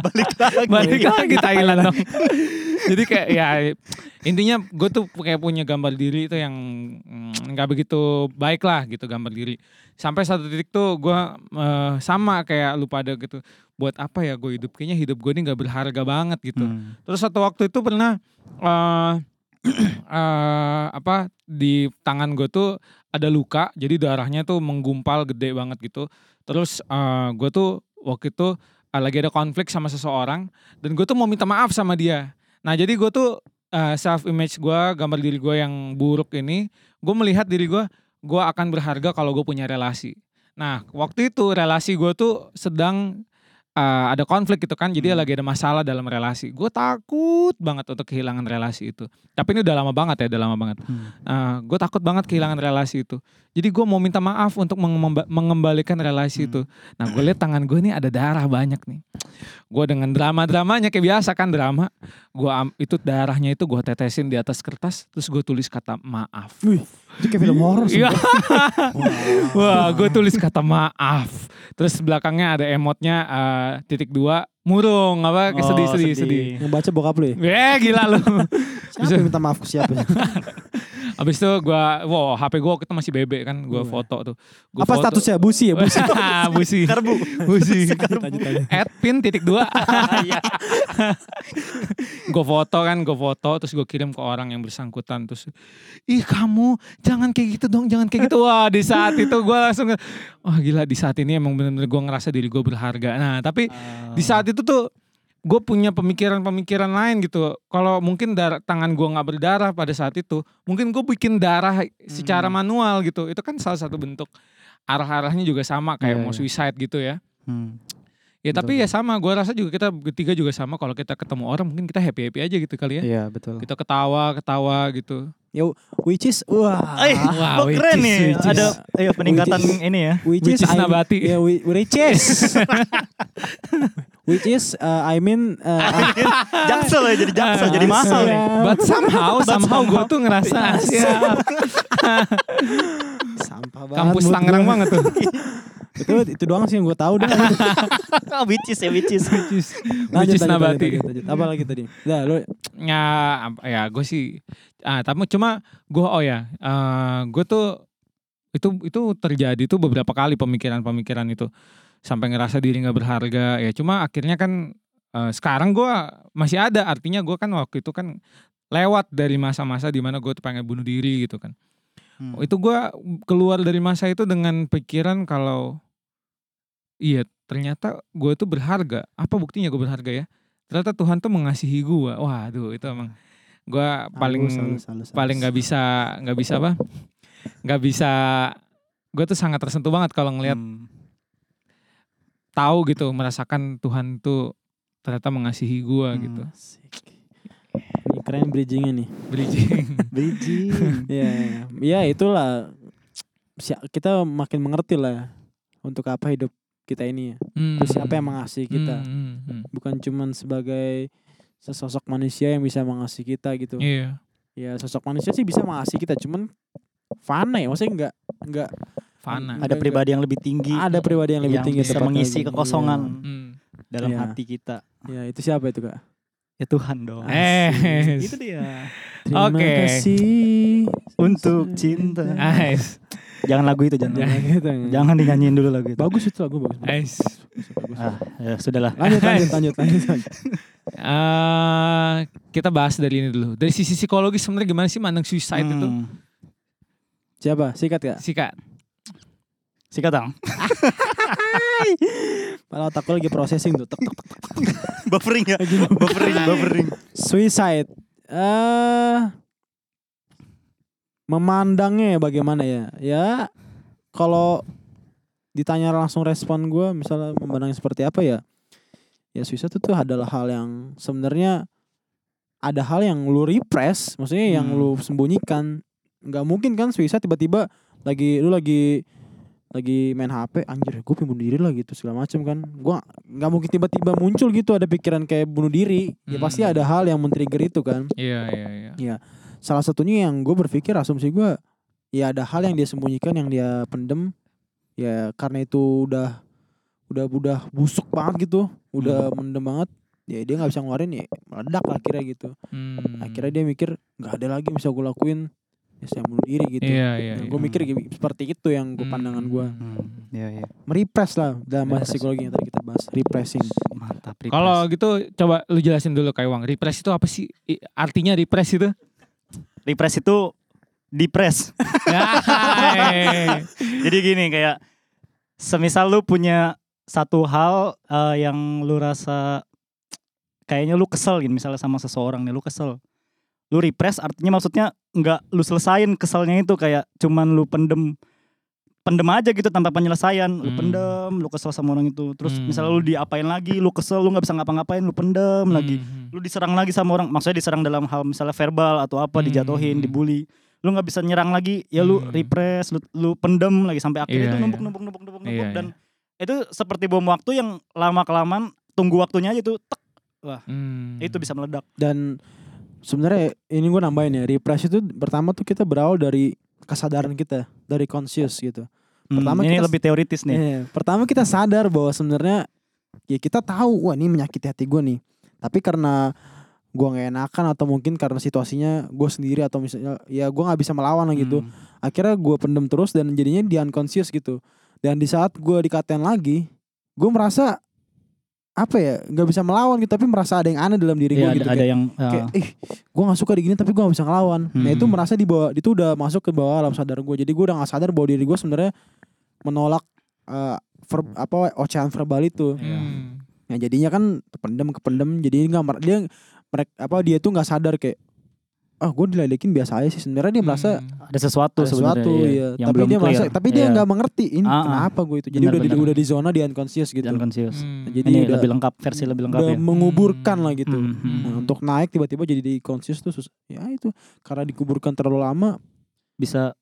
balik lagi
balik lagi Thailand dong. jadi kayak ya intinya gue tuh kayak punya gambar diri itu yang mm, nggak begitu baik lah gitu gambar diri sampai satu titik tuh gue eh, sama kayak lu pada gitu buat apa ya gue hidup kayaknya hidup gue ini nggak berharga banget gitu
Hmm.
terus satu waktu itu pernah eh eh, apa di tangan gue tuh ada luka jadi darahnya tuh menggumpal gede banget gitu terus eh gue tuh waktu itu eh, lagi ada konflik sama seseorang dan gue tuh mau minta maaf sama dia. Nah jadi gue tuh eh, self image gue, gambar diri gue yang buruk ini, gue melihat diri gue, gue akan berharga kalau gue punya relasi. Nah waktu itu relasi gue tuh sedang eh, ada konflik gitu kan, jadi
Hmm.
lagi ada masalah dalam relasi. Gue takut banget untuk kehilangan relasi itu. Tapi ini udah lama banget ya, udah lama banget.
Hmm.
gue Eh, takut banget kehilangan relasi itu. Jadi gue mau minta maaf untuk mengemba- mengembalikan relasi
Hmm.
itu. Nah gue lihat tangan gue nih ada darah banyak nih. Gue dengan drama-dramanya kayak biasa kan drama. Gue itu darahnya itu gue tetesin di atas kertas. Terus gue tulis kata maaf.
Wih, itu kayak film horor sih.
Iya. Wah gue tulis kata maaf. Terus belakangnya ada emotnya eh, titik dua. Murung apa
Oh,
sedih sedih sedih.
Ngebaca bokap lu ya?
Eh gila lu.
Siapa yang minta maaf ke siapa? ya?
Abis itu gue, wow HP gue waktu itu masih bebek kan, gue
Wah.
foto tuh. Gua
Apa
foto.
statusnya? Busi ya? Busi.
Hahaha, busi.
Karbu.
Busi.
Lanjut, lanjut.
At pin titik dua.
Iya.
gue foto kan, gue foto terus gue kirim ke orang yang bersangkutan terus, ih kamu jangan kayak gitu dong, jangan kayak gitu. Wah di saat itu gue langsung, wah gila di saat ini emang bener-bener gue ngerasa diri gue berharga. Nah tapi di
Ah.
saat itu tuh gue punya pemikiran-pemikiran lain gitu. Kalau mungkin darah, tangan gue nggak berdarah pada saat itu, mungkin gue bikin darah secara
Hmm.
manual gitu. Itu kan salah satu bentuk arah-arahnya juga sama kayak
Iya,
mau
iya.
suicide gitu ya.
Hmm.
Ya
Betul,
tapi ya sama. Gue rasa juga kita bertiga juga sama. Kalau kita ketemu orang mungkin kita happy happy aja gitu kali ya.
Iya betul.
Kita ketawa ketawa gitu.
Which is, wah.
Eh,
Wah,
kok keren
which is,
nih.
which is.
Ada iya, peningkatan
Which is.
ini ya.
Which,
Which is
I- iya.
nabati.
Yeah, whi- which is. which is, uh, I mean. Uh,
Jaksel ya jadi jaksel jadi mahal nih.
But somehow somehow gue tuh
Iya.
ngerasa Asia.
Sampah banget.
kampus
mood
Tangerang
gua.
banget tuh.
itu itu doang sih yang gue tahu dah.
which is ya which is.
Which
Lanjut,
is
lanjut,
Nabati.
lanjut, lanjut. Apa lagi tadi? Nah, lu
Ya, apa- ya gue sih. Ah, tapi cuma gue oh ya, eh gue tuh itu itu terjadi tuh beberapa kali pemikiran-pemikiran itu sampai ngerasa diri nggak berharga ya. Cuma akhirnya kan eh, sekarang gue masih ada. Artinya gue kan waktu itu kan lewat dari masa-masa dimana gue tuh pengen bunuh diri gitu kan.
Hmm.
Itu gue keluar dari masa itu dengan pikiran kalau iya ternyata gue tuh berharga. Apa buktinya gue berharga ya? Ternyata Tuhan tuh mengasihi gue. Wah, aduh itu emang gue paling
halus, halus, halus, halus.
paling nggak bisa nggak bisa apa? Nggak bisa. Gue tuh sangat tersentuh banget kalau ngelihat
Hmm.
tahu gitu merasakan Tuhan tuh ternyata mengasihi gue
Hmm.
gitu.
Asik. Ini keren bridgingnya nih.
Bridging.
Beijing.
Iya, ya itulah Si- kita makin mengerti lah untuk apa hidup kita ini ya.
Hmm.
Terus siapa yang mengasihi kita?
Hmm, hmm, hmm.
Bukan cuman sebagai sesosok manusia yang bisa mengasihi kita gitu.
Iya.
Ya sosok manusia sih bisa mengasihi kita, cuman fana ya maksudnya nggak nggak
Fana.
Ada pribadi yang lebih tinggi
ada pribadi yang lebih
yang
tinggi
bisa
tepatnya.
mengisi
Iya.
kekosongan
Hmm.
dalam
Iya.
hati kita.
Ya itu siapa itu kak?
Ya Tuhan dong.
Eh.
Gitu
Itu dia.
Terima
Oke.
kasih
Untuk cinta.
Nice.
Hmm. Jangan lagu itu jangan.
Jangan gitu.
Jangan Eh. dinyanyiin dulu lagu itu.
Bagus itu lagu bagus. bagus,
Nice.
bagus, bagus.
Ah, ya sudahlah.
Lanjut lanjut lanjut lanjut. lanjut.
Eh, kita bahas dari ini dulu. Dari sisi psikologis sebenarnya gimana sih mandang suicide itu?
Hmm.
Siapa? Sikat ya.
Sih kak.
Sikat dong.
Padahal otak gue lagi processing tuh. Tek, tek, tek.
buffering ya. buffering, buffering.
Suicide. Eh memandangnya ya bagaimana ya? Ya kalau ditanya langsung respon gue misalnya memandangnya seperti apa ya? Ya suicide itu tuh adalah hal yang sebenarnya ada hal yang lu repress, maksudnya yang
Hmm.
lu sembunyikan. Nggak mungkin kan suicide tiba-tiba lagi lu lagi lagi main HP anjir gue pengen bunuh diri lah gitu segala macam kan gue nggak mungkin tiba-tiba muncul gitu ada pikiran kayak bunuh diri ya
Hmm.
pasti ada hal yang men-trigger itu kan
Iya iya iya.
salah satunya yang gue berpikir asumsi gue ya ada hal yang dia sembunyikan yang dia pendem ya karena itu udah udah udah busuk banget gitu udah
Hmm.
mendem banget ya dia nggak bisa ngeluarin ya meledak lah akhirnya gitu
Hmm.
akhirnya dia mikir nggak ada lagi yang bisa gue lakuin ya saya bunuh diri gitu
Iya iya.
gue
iya.
mikir gini- seperti itu yang gue
Hmm.
pandangan gue
Hmm, iya, iya.
merepress lah dalam bahasa
Repress.
psikologi yang tadi kita bahas repressing
Mantap. repress.
Kalau gitu coba lu jelasin dulu Kak Iwang. Repress itu apa sih? I- Artinya repress itu?
repress itu depres.
Hai.
Jadi gini kayak semisal lu punya satu hal eh, yang lu rasa kayaknya lu kesel gitu misalnya sama seseorang nih lu kesel. Lu repress artinya maksudnya nggak lu selesain keselnya itu kayak cuman lu pendem pendem aja gitu tanpa penyelesaian lu
Hmm.
pendem lu kesel sama orang itu terus
Hmm.
misalnya lu diapain lagi lu kesel lu nggak bisa ngapa-ngapain lu pendem lagi
Hmm.
lu diserang lagi sama orang maksudnya diserang dalam hal misalnya verbal atau apa
Hmm.
dijatuhin dibully lu nggak bisa nyerang lagi ya lu
Hmm.
repress lu, lu pendem lagi sampai akhirnya
Iya,
itu numpuk
iya.
numpuk numpuk numpuk
Iya,
numpuk dan itu seperti bom waktu yang lama kelamaan tunggu waktunya aja tuh tek
Hmm.
itu bisa meledak
dan sebenarnya ini gue nambahin ya repress itu pertama tuh kita berawal dari kesadaran kita dari conscious gitu
Hmm,
Pertama
ini
kita-
lebih teoritis nih
Iya, pertama kita sadar bahwa sebenarnya ya kita tahu wah ini menyakiti hati gue nih tapi karena gue nggak enakan atau mungkin karena situasinya gue sendiri atau misalnya ya gue nggak bisa melawan lah gitu
Hmm.
akhirnya gue pendem terus dan jadinya di unconscious gitu dan di saat gue dikatain lagi gue merasa apa ya nggak bisa melawan gitu tapi merasa ada yang aneh dalam diri
Iya,
gue
ada,
gitu
ada
kayak,
yang ah,
kayak, ih gue nggak suka digini tapi gue nggak bisa ngelawan nah itu
Hmm.
merasa di bawah itu udah masuk ke bawah alam sadar gue jadi gue udah nggak sadar bahwa diri gue sebenarnya menolak eh, ver- apa ocehan verbal itu
Iya.
Hmm.
Nah jadinya kan pendem kependem jadi nggak mer- dia mereka apa dia tuh nggak sadar kayak ah gue diledekin biasa aja sih sebenarnya dia merasa
Hmm.
ada sesuatu iya.
ada sesuatu ya. tapi dia merasa tapi dia nggak mengerti ini
Ah, ah.
kenapa gue itu jadi
Benar,
udah di,
benar.
udah di zona di unconscious gitu
jangan conscious
Hmm.
Jadi
ini
udah-
lebih lengkap versi lebih lengkap
udah
ya
menguburkan lah gitu
Hmm, hmm.
Nah, untuk naik tiba-tiba jadi di conscious tuh sus- ya itu karena dikuburkan terlalu lama
bisa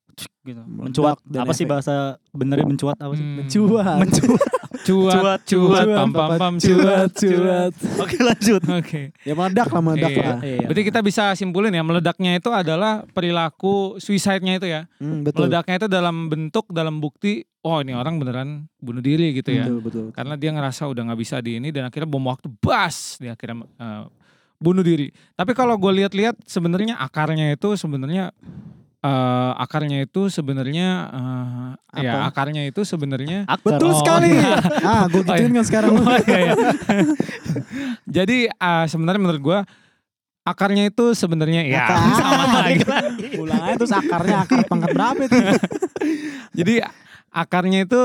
gitu,
Meledak
mencuat
dan
apa sih
efek.
bahasa benernya mencuat apa sih
Hmm.
mencuat
mencuat
cuat,
Cuat,
cuat,
cuat,
pam pam pam,
Cuat, cuat.
Oke lanjut.
Oke.
Ya meledak lah, meledak
Iya.
lah.
Iya.
Berarti kita bisa simpulin ya meledaknya itu adalah perilaku suicide-nya itu ya.
Hmm, betul.
Meledaknya itu dalam bentuk dalam bukti oh ini orang beneran bunuh diri gitu ya.
Betul, betul. betul.
Karena dia ngerasa udah nggak bisa di ini dan akhirnya bom waktu bas dia akhirnya eh, bunuh diri. Tapi kalau gue lihat-lihat sebenarnya akarnya itu sebenarnya eh, akarnya itu sebenarnya eh, ya
Apa?
akarnya itu sebenarnya
Aktor.
Betul
Oh,
sekali. ah, gue gituin kan sekarang.
Oh, iya, iya. Jadi eh, sebenarnya menurut gue akarnya itu sebenarnya
iya.
ya
Akar.
sama lagi lah.
Pulang aja terus akarnya akar pangkat berapa itu?
Jadi akarnya itu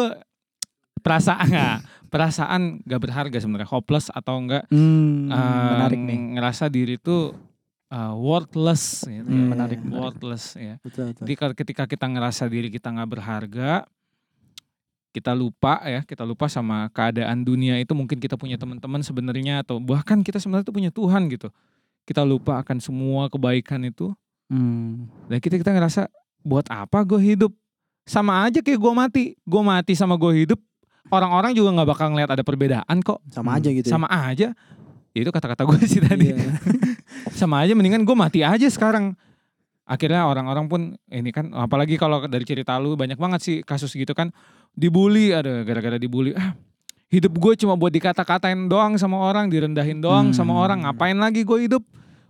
perasaan nggak perasaan nggak berharga sebenarnya hopeless atau enggak
Hmm,
eh,
menarik nih.
ngerasa diri itu eh, worthless gitu ya.
Hmm, menarik, menarik.
worthless ya.
betul, betul.
Jadi kalau ketika kita ngerasa diri kita nggak berharga, kita lupa ya, kita lupa sama keadaan dunia itu mungkin kita punya teman-teman sebenarnya atau bahkan kita sebenarnya tuh punya Tuhan gitu. Kita lupa akan semua kebaikan itu.
Hmm.
Dan kita kita ngerasa buat apa gue hidup? Sama aja kayak gue mati. Gue mati sama gue hidup. Orang-orang juga nggak bakal ngeliat ada perbedaan kok.
Sama aja gitu. ya.
Sama aja. Ya, Itu kata-kata gue sih tadi
Iya.
sama aja mendingan gue mati aja sekarang akhirnya orang-orang pun ini kan apalagi kalau dari cerita lu banyak banget sih kasus gitu kan dibully ada gara-gara dibully ah hidup gue cuma buat dikata-katain doang sama orang direndahin doang sama
Hmm.
orang ngapain lagi gue hidup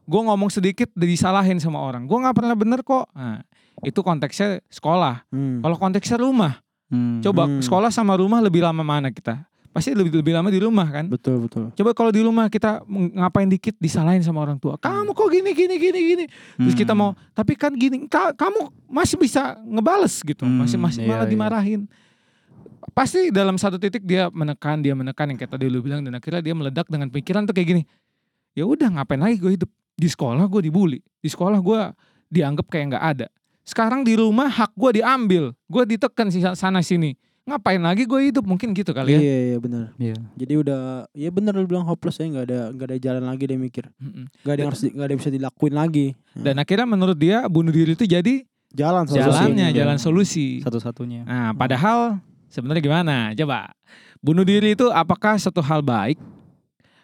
gue ngomong sedikit disalahin sama orang gue nggak pernah bener kok Nah, itu konteksnya sekolah
Hmm.
kalau konteksnya rumah
Hmm.
coba
Hmm.
sekolah sama rumah lebih lama mana kita pasti lebih lebih lama di rumah kan
Betul, betul.
Coba kalau di rumah kita meng- ngapain dikit disalahin sama orang tua. Kamu kok gini gini gini gini. Terus kita
hmm.
mau tapi kan gini ka- kamu masih bisa ngebales gitu.
Hmm,
masih masih
iya,
malah
iya.
dimarahin. Pasti dalam satu titik dia menekan, dia menekan yang kayak tadi lu bilang dan akhirnya dia meledak dengan pikiran tuh kayak gini. Ya udah ngapain lagi gue hidup? Di sekolah gue dibully, di sekolah gue dianggap kayak nggak ada. Sekarang di rumah hak gue diambil, gue ditekan sisa- sana sini. Ngapain lagi gue hidup? Mungkin gitu kali ya.
Iya, iya benar.
Iya.
Jadi udah ya benar lu bilang hopeless ya nggak ada nggak ada jalan lagi dia mikir.
Mm-mm.
Nggak ada yang harus di- nggak ada yang bisa dilakuin lagi.
Hmm. Dan akhirnya menurut dia bunuh diri itu jadi
Jalan solusi.
jalannya,
Solusi. Iya.
jalan solusi.
Satu-satunya.
Nah, padahal sebenarnya gimana? Coba. Bunuh diri itu apakah satu hal baik?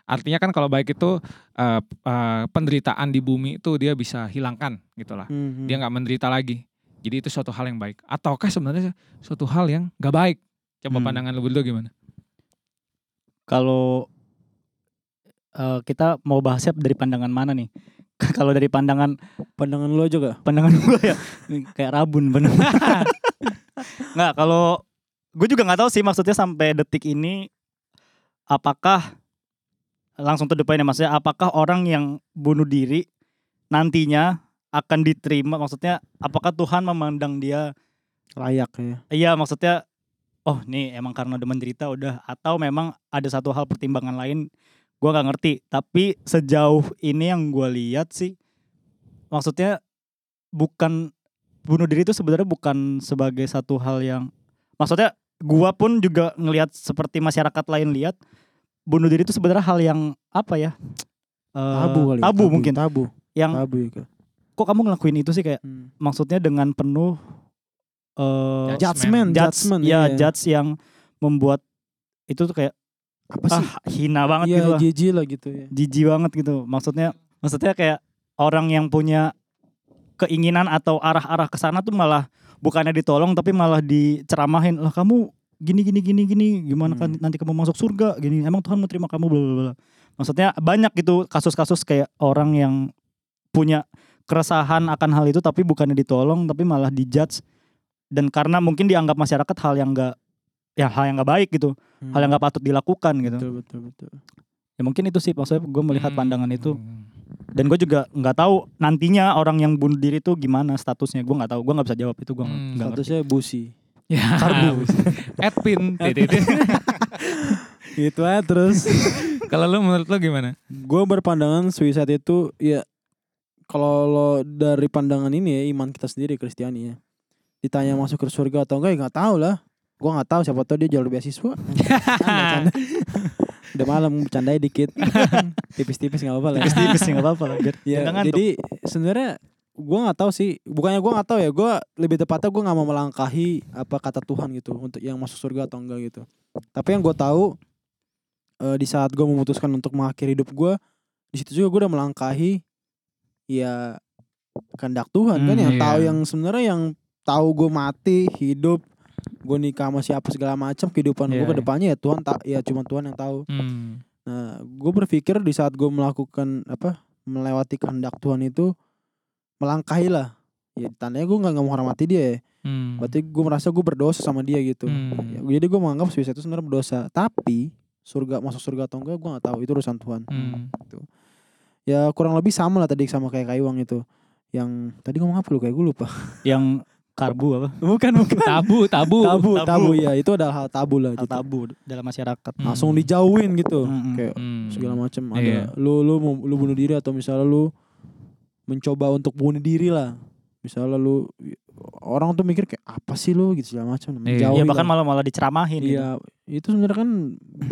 Artinya kan kalau baik itu eh, eh, penderitaan di bumi itu dia bisa hilangkan gitu lah.
Hmm, hmm.
Dia nggak menderita lagi. Jadi itu suatu hal yang baik. Ataukah sebenarnya suatu hal yang nggak baik? Coba
Hmm.
pandangan lu berdua gimana?
kalau eh, kita mau bahasnya dari pandangan mana nih? kalau dari pandangan
pandangan lu aja gak?
pandangan gue ya ini kayak rabun bener. Nggak kalau gue juga nggak tahu sih maksudnya sampai detik ini apakah langsung to the point ya maksudnya apakah orang yang bunuh diri nantinya akan diterima maksudnya apakah Tuhan memandang dia
layak ya.
Iya maksudnya Oh nih emang karena udah menderita udah Atau memang ada satu hal pertimbangan lain Gue gak ngerti Tapi sejauh ini yang gue lihat sih Maksudnya Bukan Bunuh diri itu sebenarnya bukan sebagai satu hal yang Maksudnya gue pun juga ngelihat seperti masyarakat lain lihat Bunuh diri itu sebenarnya hal yang Apa ya eh,
Tabu kali. ya,
tabu, mungkin Hmm.
Tabu.
Yang
Tabu ya. Kak.
kok kamu ngelakuin itu sih kayak
Hmm.
Maksudnya dengan penuh eh
Judgment,
Judgment.
judge,
judgment.
ya
iya.
judge yang membuat itu tuh kayak
apa sih?
ah hina banget
Iya,
gitu lah,
jijik lah gitu ya.
jijik banget gitu. Maksudnya, maksudnya kayak orang yang punya keinginan atau arah-arah ke sana tuh malah bukannya ditolong tapi malah diceramahin lah kamu gini gini gini gini gimana kan
Hmm.
nanti kamu masuk surga gini emang Tuhan mau terima kamu bla bla bla. Maksudnya banyak gitu kasus-kasus kayak orang yang punya keresahan akan hal itu tapi bukannya ditolong tapi malah dijudge dan karena mungkin dianggap masyarakat hal yang enggak ya hal yang enggak baik gitu,
Hmm.
hal yang enggak patut dilakukan gitu.
betul betul betul.
Ya mungkin itu sih maksudnya gue melihat
Hmm.
pandangan itu dan gue juga nggak tahu nantinya orang yang bunuh diri itu gimana statusnya gue nggak tahu gue nggak bisa jawab itu gue
Hmm,
nggak ngerti.
Statusnya busi.
Ya, Edwin. titit.
Gitu aja terus.
kalau lu menurut lu gimana?
gue berpandangan suicide itu ya kalau lo dari pandangan ini ya iman kita sendiri Kristiani ya ditanya masuk ke surga atau enggak ya nggak tahu lah gue nggak tahu siapa tahu dia jalur beasiswa Bercanda, bercanda. udah malam bercandanya dikit tipis-tipis nggak apa-apa lah ya.
Iya,
tipis tipis nggak apa-apa lah biar
Ya,
nggak ngantuk.
jadi sebenarnya gua nggak tahu sih bukannya gua nggak tahu ya gua lebih tepatnya gua nggak mau melangkahi apa kata Tuhan gitu untuk yang masuk surga atau enggak gitu tapi yang gua tahu eh, di saat gua memutuskan untuk mengakhiri hidup gua di situ juga gua udah melangkahi ya kehendak Tuhan kan
Hmm,
yang tahu
iya.
yang sebenarnya yang tahu gua mati hidup gua nikah sama siapa segala macam kehidupan gua
Iya,
ke
iya.
depannya ya Tuhan tak ya cuma Tuhan yang tahu
Hmm.
Nah, gue berpikir di saat gue melakukan apa melewati kehendak Tuhan itu melangkahilah. Ya tandanya gue nggak nggak menghormati dia ya.
Hmm.
Berarti gue merasa gue berdosa sama dia gitu.
Hmm.
Ya, jadi gue menganggap suicide itu sebenarnya berdosa. Tapi surga masuk surga atau enggak gue nggak tahu itu urusan Tuhan.
Hmm.
Gitu. Ya kurang lebih sama lah tadi sama kayak Kaiwang itu. Yang tadi ngomong apa lu kayak gue lupa.
yang karbu apa?
Gitu.
bukan bukan.
Tabu, tabu.
Tabu,
Tabu.
tabu ya itu adalah hal tabu lah.
Hal
Gitu.
tabu dalam masyarakat.
Hmm.
Langsung dijauhin gitu.
Mm-mm.
Kayak
Hmm.
segala macam
Iya.
ada lu lu mau- lu bunuh diri atau misalnya lu mencoba untuk bunuh diri lah misalnya lu orang tuh mikir kayak apa sih lu gitu segala macam
Iya.
jauh
Iya bahkan malah malah diceramahin. gitu.
iya itu sebenarnya kan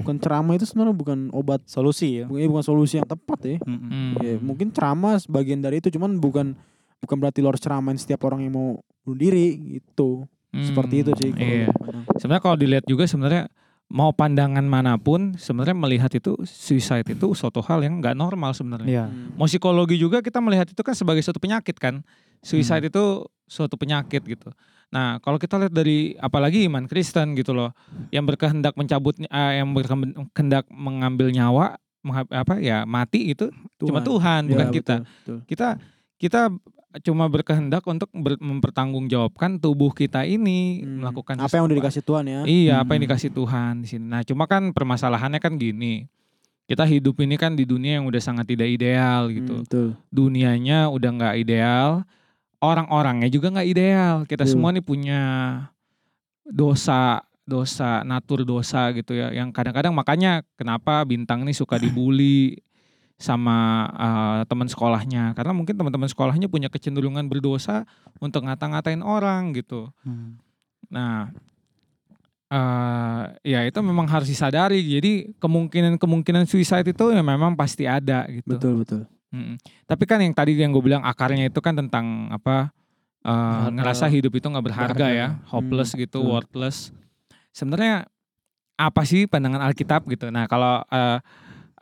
bukan ceramah itu sebenarnya bukan obat
Solusi ya.
bukan, bukan solusi yang tepat ya
Mm-mm.
Hmm.
Ya, mungkin ceramah sebagian dari itu cuman bukan bukan berarti lu harus ceramahin setiap orang yang mau bunuh diri gitu
Hmm.
seperti itu sih kalau
Iya.
gua pandang.
Sebenarnya kalau dilihat juga sebenarnya mau pandangan manapun sebenarnya melihat itu suicide itu suatu hal yang nggak normal sebenarnya.
Iya.
Hmm.
Mau psikologi juga kita melihat itu kan sebagai suatu penyakit kan.
Hmm.
Suicide itu suatu penyakit gitu. Nah, kalau kita lihat dari apalagi iman Kristen gitu loh, yang berkehendak mencabut eh, yang berkehendak mengambil nyawa mengha- apa ya mati itu cuma Tuhan
Ya,
bukan kita.
betul, betul.
Kita kita cuma berkehendak untuk ber- mempertanggungjawabkan tubuh kita ini
Hmm.
melakukan
apa yang udah
sesuatu.
dikasih Tuhan ya
Iya, apa yang
Hmm.
dikasih Tuhan di sini. Nah, cuma kan permasalahannya kan gini. Kita hidup ini kan di dunia yang udah sangat tidak ideal gitu.
Hmm, betul.
Dunianya udah nggak ideal, orang-orangnya juga nggak ideal. Kita
Betul.
semua nih punya dosa dosa natur dosa gitu ya yang kadang-kadang makanya kenapa bintang ini suka dibully sama eh, teman sekolahnya karena mungkin teman-teman sekolahnya punya kecenderungan berdosa untuk ngata-ngatain orang gitu
Hmm.
Nah, eh ya itu memang harus disadari. Jadi kemungkinan-kemungkinan suicide itu ya memang pasti ada gitu.
betul betul
Mm-mm. Tapi kan yang tadi yang gue bilang akarnya itu kan tentang apa eh,
Berharga.
ngerasa hidup itu nggak berharga,
Berharga.
ya, hopeless gitu,
betul.
worthless. Sebenarnya apa sih pandangan Alkitab gitu? Nah kalau eh,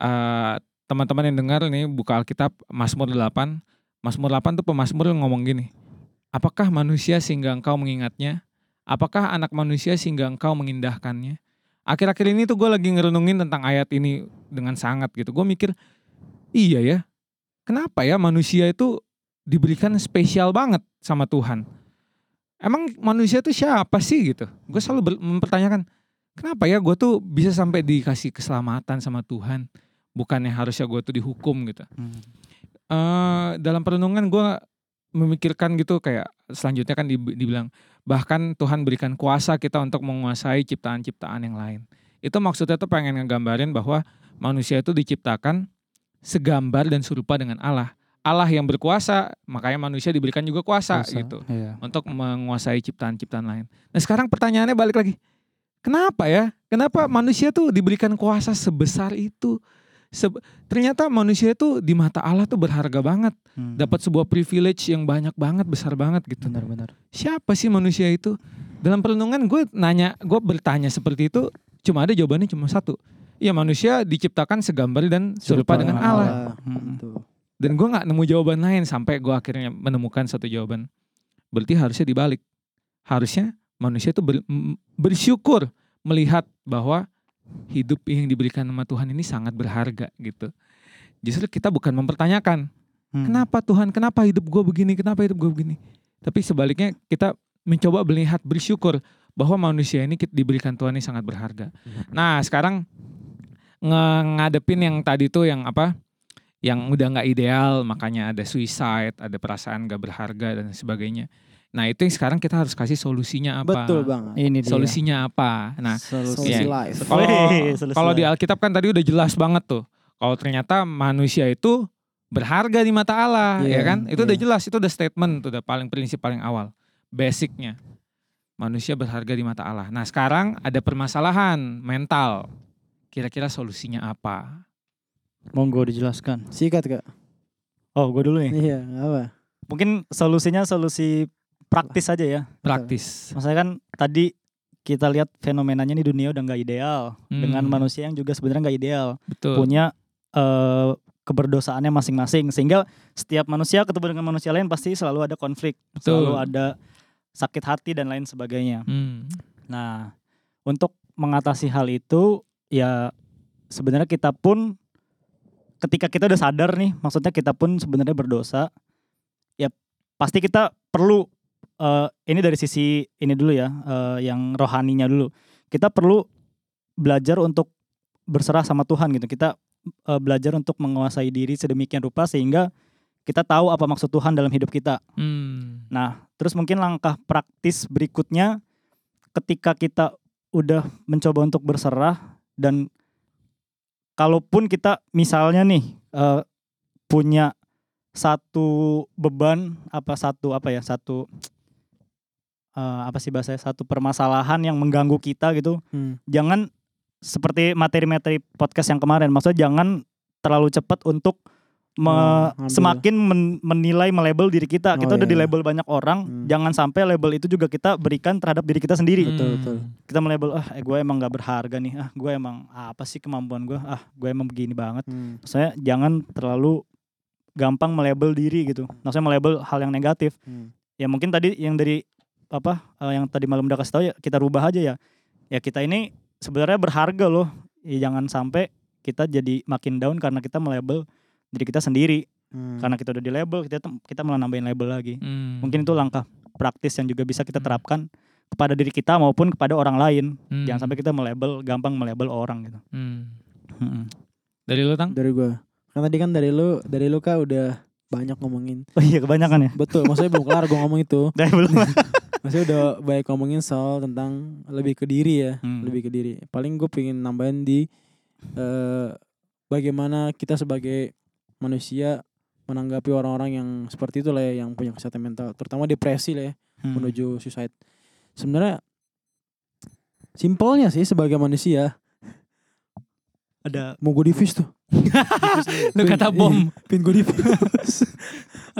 eh, teman-teman yang dengar nih buka Alkitab Mazmur 8 Mazmur 8 tuh pemazmur ngomong gini Apakah manusia sehingga engkau mengingatnya? Apakah anak manusia sehingga engkau mengindahkannya? Akhir-akhir ini tuh gue lagi ngerenungin tentang ayat ini dengan sangat gitu Gue mikir iya ya Kenapa ya manusia itu diberikan spesial banget sama Tuhan Emang manusia tuh siapa sih gitu Gue selalu ber- mempertanyakan Kenapa ya gue tuh bisa sampai dikasih keselamatan sama Tuhan Bukannya harusnya gue tuh dihukum gitu
Hmm.
eh dalam perenungan gue memikirkan gitu kayak selanjutnya kan dib- dibilang bahkan Tuhan berikan kuasa kita untuk menguasai ciptaan-ciptaan yang lain. Itu maksudnya tuh pengen ngegambarin bahwa manusia itu diciptakan segambar dan serupa dengan Allah. Allah yang berkuasa, makanya manusia diberikan juga kuasa,
Dosa.
gitu
Iya.
untuk menguasai ciptaan-ciptaan lain. Nah, sekarang pertanyaannya balik lagi. Kenapa ya? Kenapa manusia tuh diberikan kuasa sebesar itu? Seb- Ternyata manusia itu di mata Allah tuh berharga banget
Hmm.
dapat sebuah privilege yang banyak banget, besar banget gitu.
benar-benar.
Siapa sih manusia itu? Dalam perenungan gue nanya, gue bertanya seperti itu, cuma ada jawabannya cuma satu. Ya manusia diciptakan segambar dan serupa, dengan
dengan
Allah. Hmm.
Mm-mm.
Betul.
Dan gue nggak nemu jawaban lain sampai gue akhirnya menemukan satu jawaban. Berarti harusnya dibalik. Harusnya manusia itu ber- m- bersyukur melihat bahwa hidup yang diberikan sama Tuhan ini sangat berharga gitu. Justru kita bukan mempertanyakan
Hmm.
kenapa Tuhan, kenapa hidup gue begini, kenapa hidup gue begini. Tapi sebaliknya kita mencoba melihat bersyukur bahwa manusia ini kita diberikan Tuhan ini sangat berharga. Nah sekarang nge- ngadepin yang tadi tuh yang apa, yang udah nggak ideal, makanya ada suicide, ada perasaan gak berharga dan sebagainya. Nah itu yang sekarang kita harus kasih solusinya apa?
Betul banget.
Ini dia.
Solusinya apa? Nah
Solusi
iya.
life.
kalau
Wih, selesai.
kalau di Alkitab kan tadi udah jelas banget tuh. Kalau ternyata manusia itu berharga di mata Allah,
Iya,
ya kan? Itu udah
iya.
jelas, itu udah statement, itu udah paling prinsip paling awal, basicnya. Manusia berharga di mata Allah. Nah sekarang ada permasalahan mental. Kira-kira solusinya apa?
Monggo dijelaskan.
Sikat kak.
Oh, gue dulu nih.
Iya apa?
mungkin solusinya solusi praktis aja ya.
praktis
Maksudnya kan tadi kita lihat fenomenanya nih dunia udah nggak ideal dengan
Hmm,
manusia yang juga sebenarnya nggak ideal
betul
punya eh, keberdosaannya masing-masing sehingga setiap manusia ketemu dengan manusia lain pasti selalu ada konflik selalu
Betul.
ada sakit hati dan lain sebagainya
Hmm,
nah untuk mengatasi hal itu ya sebenarnya kita pun ketika kita udah sadar nih maksudnya kita pun sebenarnya berdosa ya pasti kita perlu eh, ini dari sisi ini dulu ya eh, yang rohaninya dulu kita perlu belajar untuk berserah sama Tuhan gitu kita eh, belajar untuk menguasai diri sedemikian rupa sehingga kita tahu apa maksud Tuhan dalam hidup kita
hmm,
Nah, terus mungkin langkah praktis berikutnya ketika kita udah mencoba untuk berserah dan kalaupun kita misalnya nih eh, punya satu beban apa satu apa ya satu eh, apa sih bahasanya satu permasalahan yang mengganggu kita gitu
Hmm.
jangan seperti materi-materi podcast yang kemarin maksudnya jangan terlalu cepat untuk me-
Oh, ngambil.
semakin men- menilai melabel diri kita kita
Oh,
udah
iya,
di
iya.
label banyak orang
Hmm.
jangan sampai label itu juga kita berikan terhadap diri kita sendiri
Betul,
hmm.
betul.
kita melabel ah eh, gue emang nggak berharga nih ah gue emang apa sih kemampuan gue ah gue emang begini banget
Hmm.
saya jangan terlalu gampang melabel diri gitu maksudnya melabel hal yang negatif
Hmm.
ya mungkin tadi yang dari apa eh, yang tadi malam udah kasih tahu ya kita rubah aja ya ya kita ini sebenarnya berharga loh Ya, jangan sampai kita jadi makin down karena kita melabel diri kita sendiri
Hmm.
Kan-
karena kita udah di label kita kita malah nambahin label lagi
Hmm,
mungkin itu langkah praktis yang juga bisa kita terapkan kepada diri kita maupun kepada orang lain
hmm,
jangan sampai kita melabel gampang melabel orang gitu
hmm.
Heeh.
dari lo tang
dari gua Karena tadi kan dari lu dari lu kak udah banyak ngomongin
oh iya kebanyakan ya
betul maksudnya belum kelar gue ngomong itu
dari belum
maksudnya udah banyak ngomongin soal tentang lebih ke diri ya
Hmm.
lebih ke diri paling gue pengen nambahin di eh, bagaimana kita sebagai manusia menanggapi orang-orang yang seperti itu lah ya yang punya kesehatan mental terutama depresi lah ya
Hmm.
menuju suicide sebenarnya simpelnya sih sebagai manusia
ada
mau gue divis tuh
lo kata bom
pin gue divis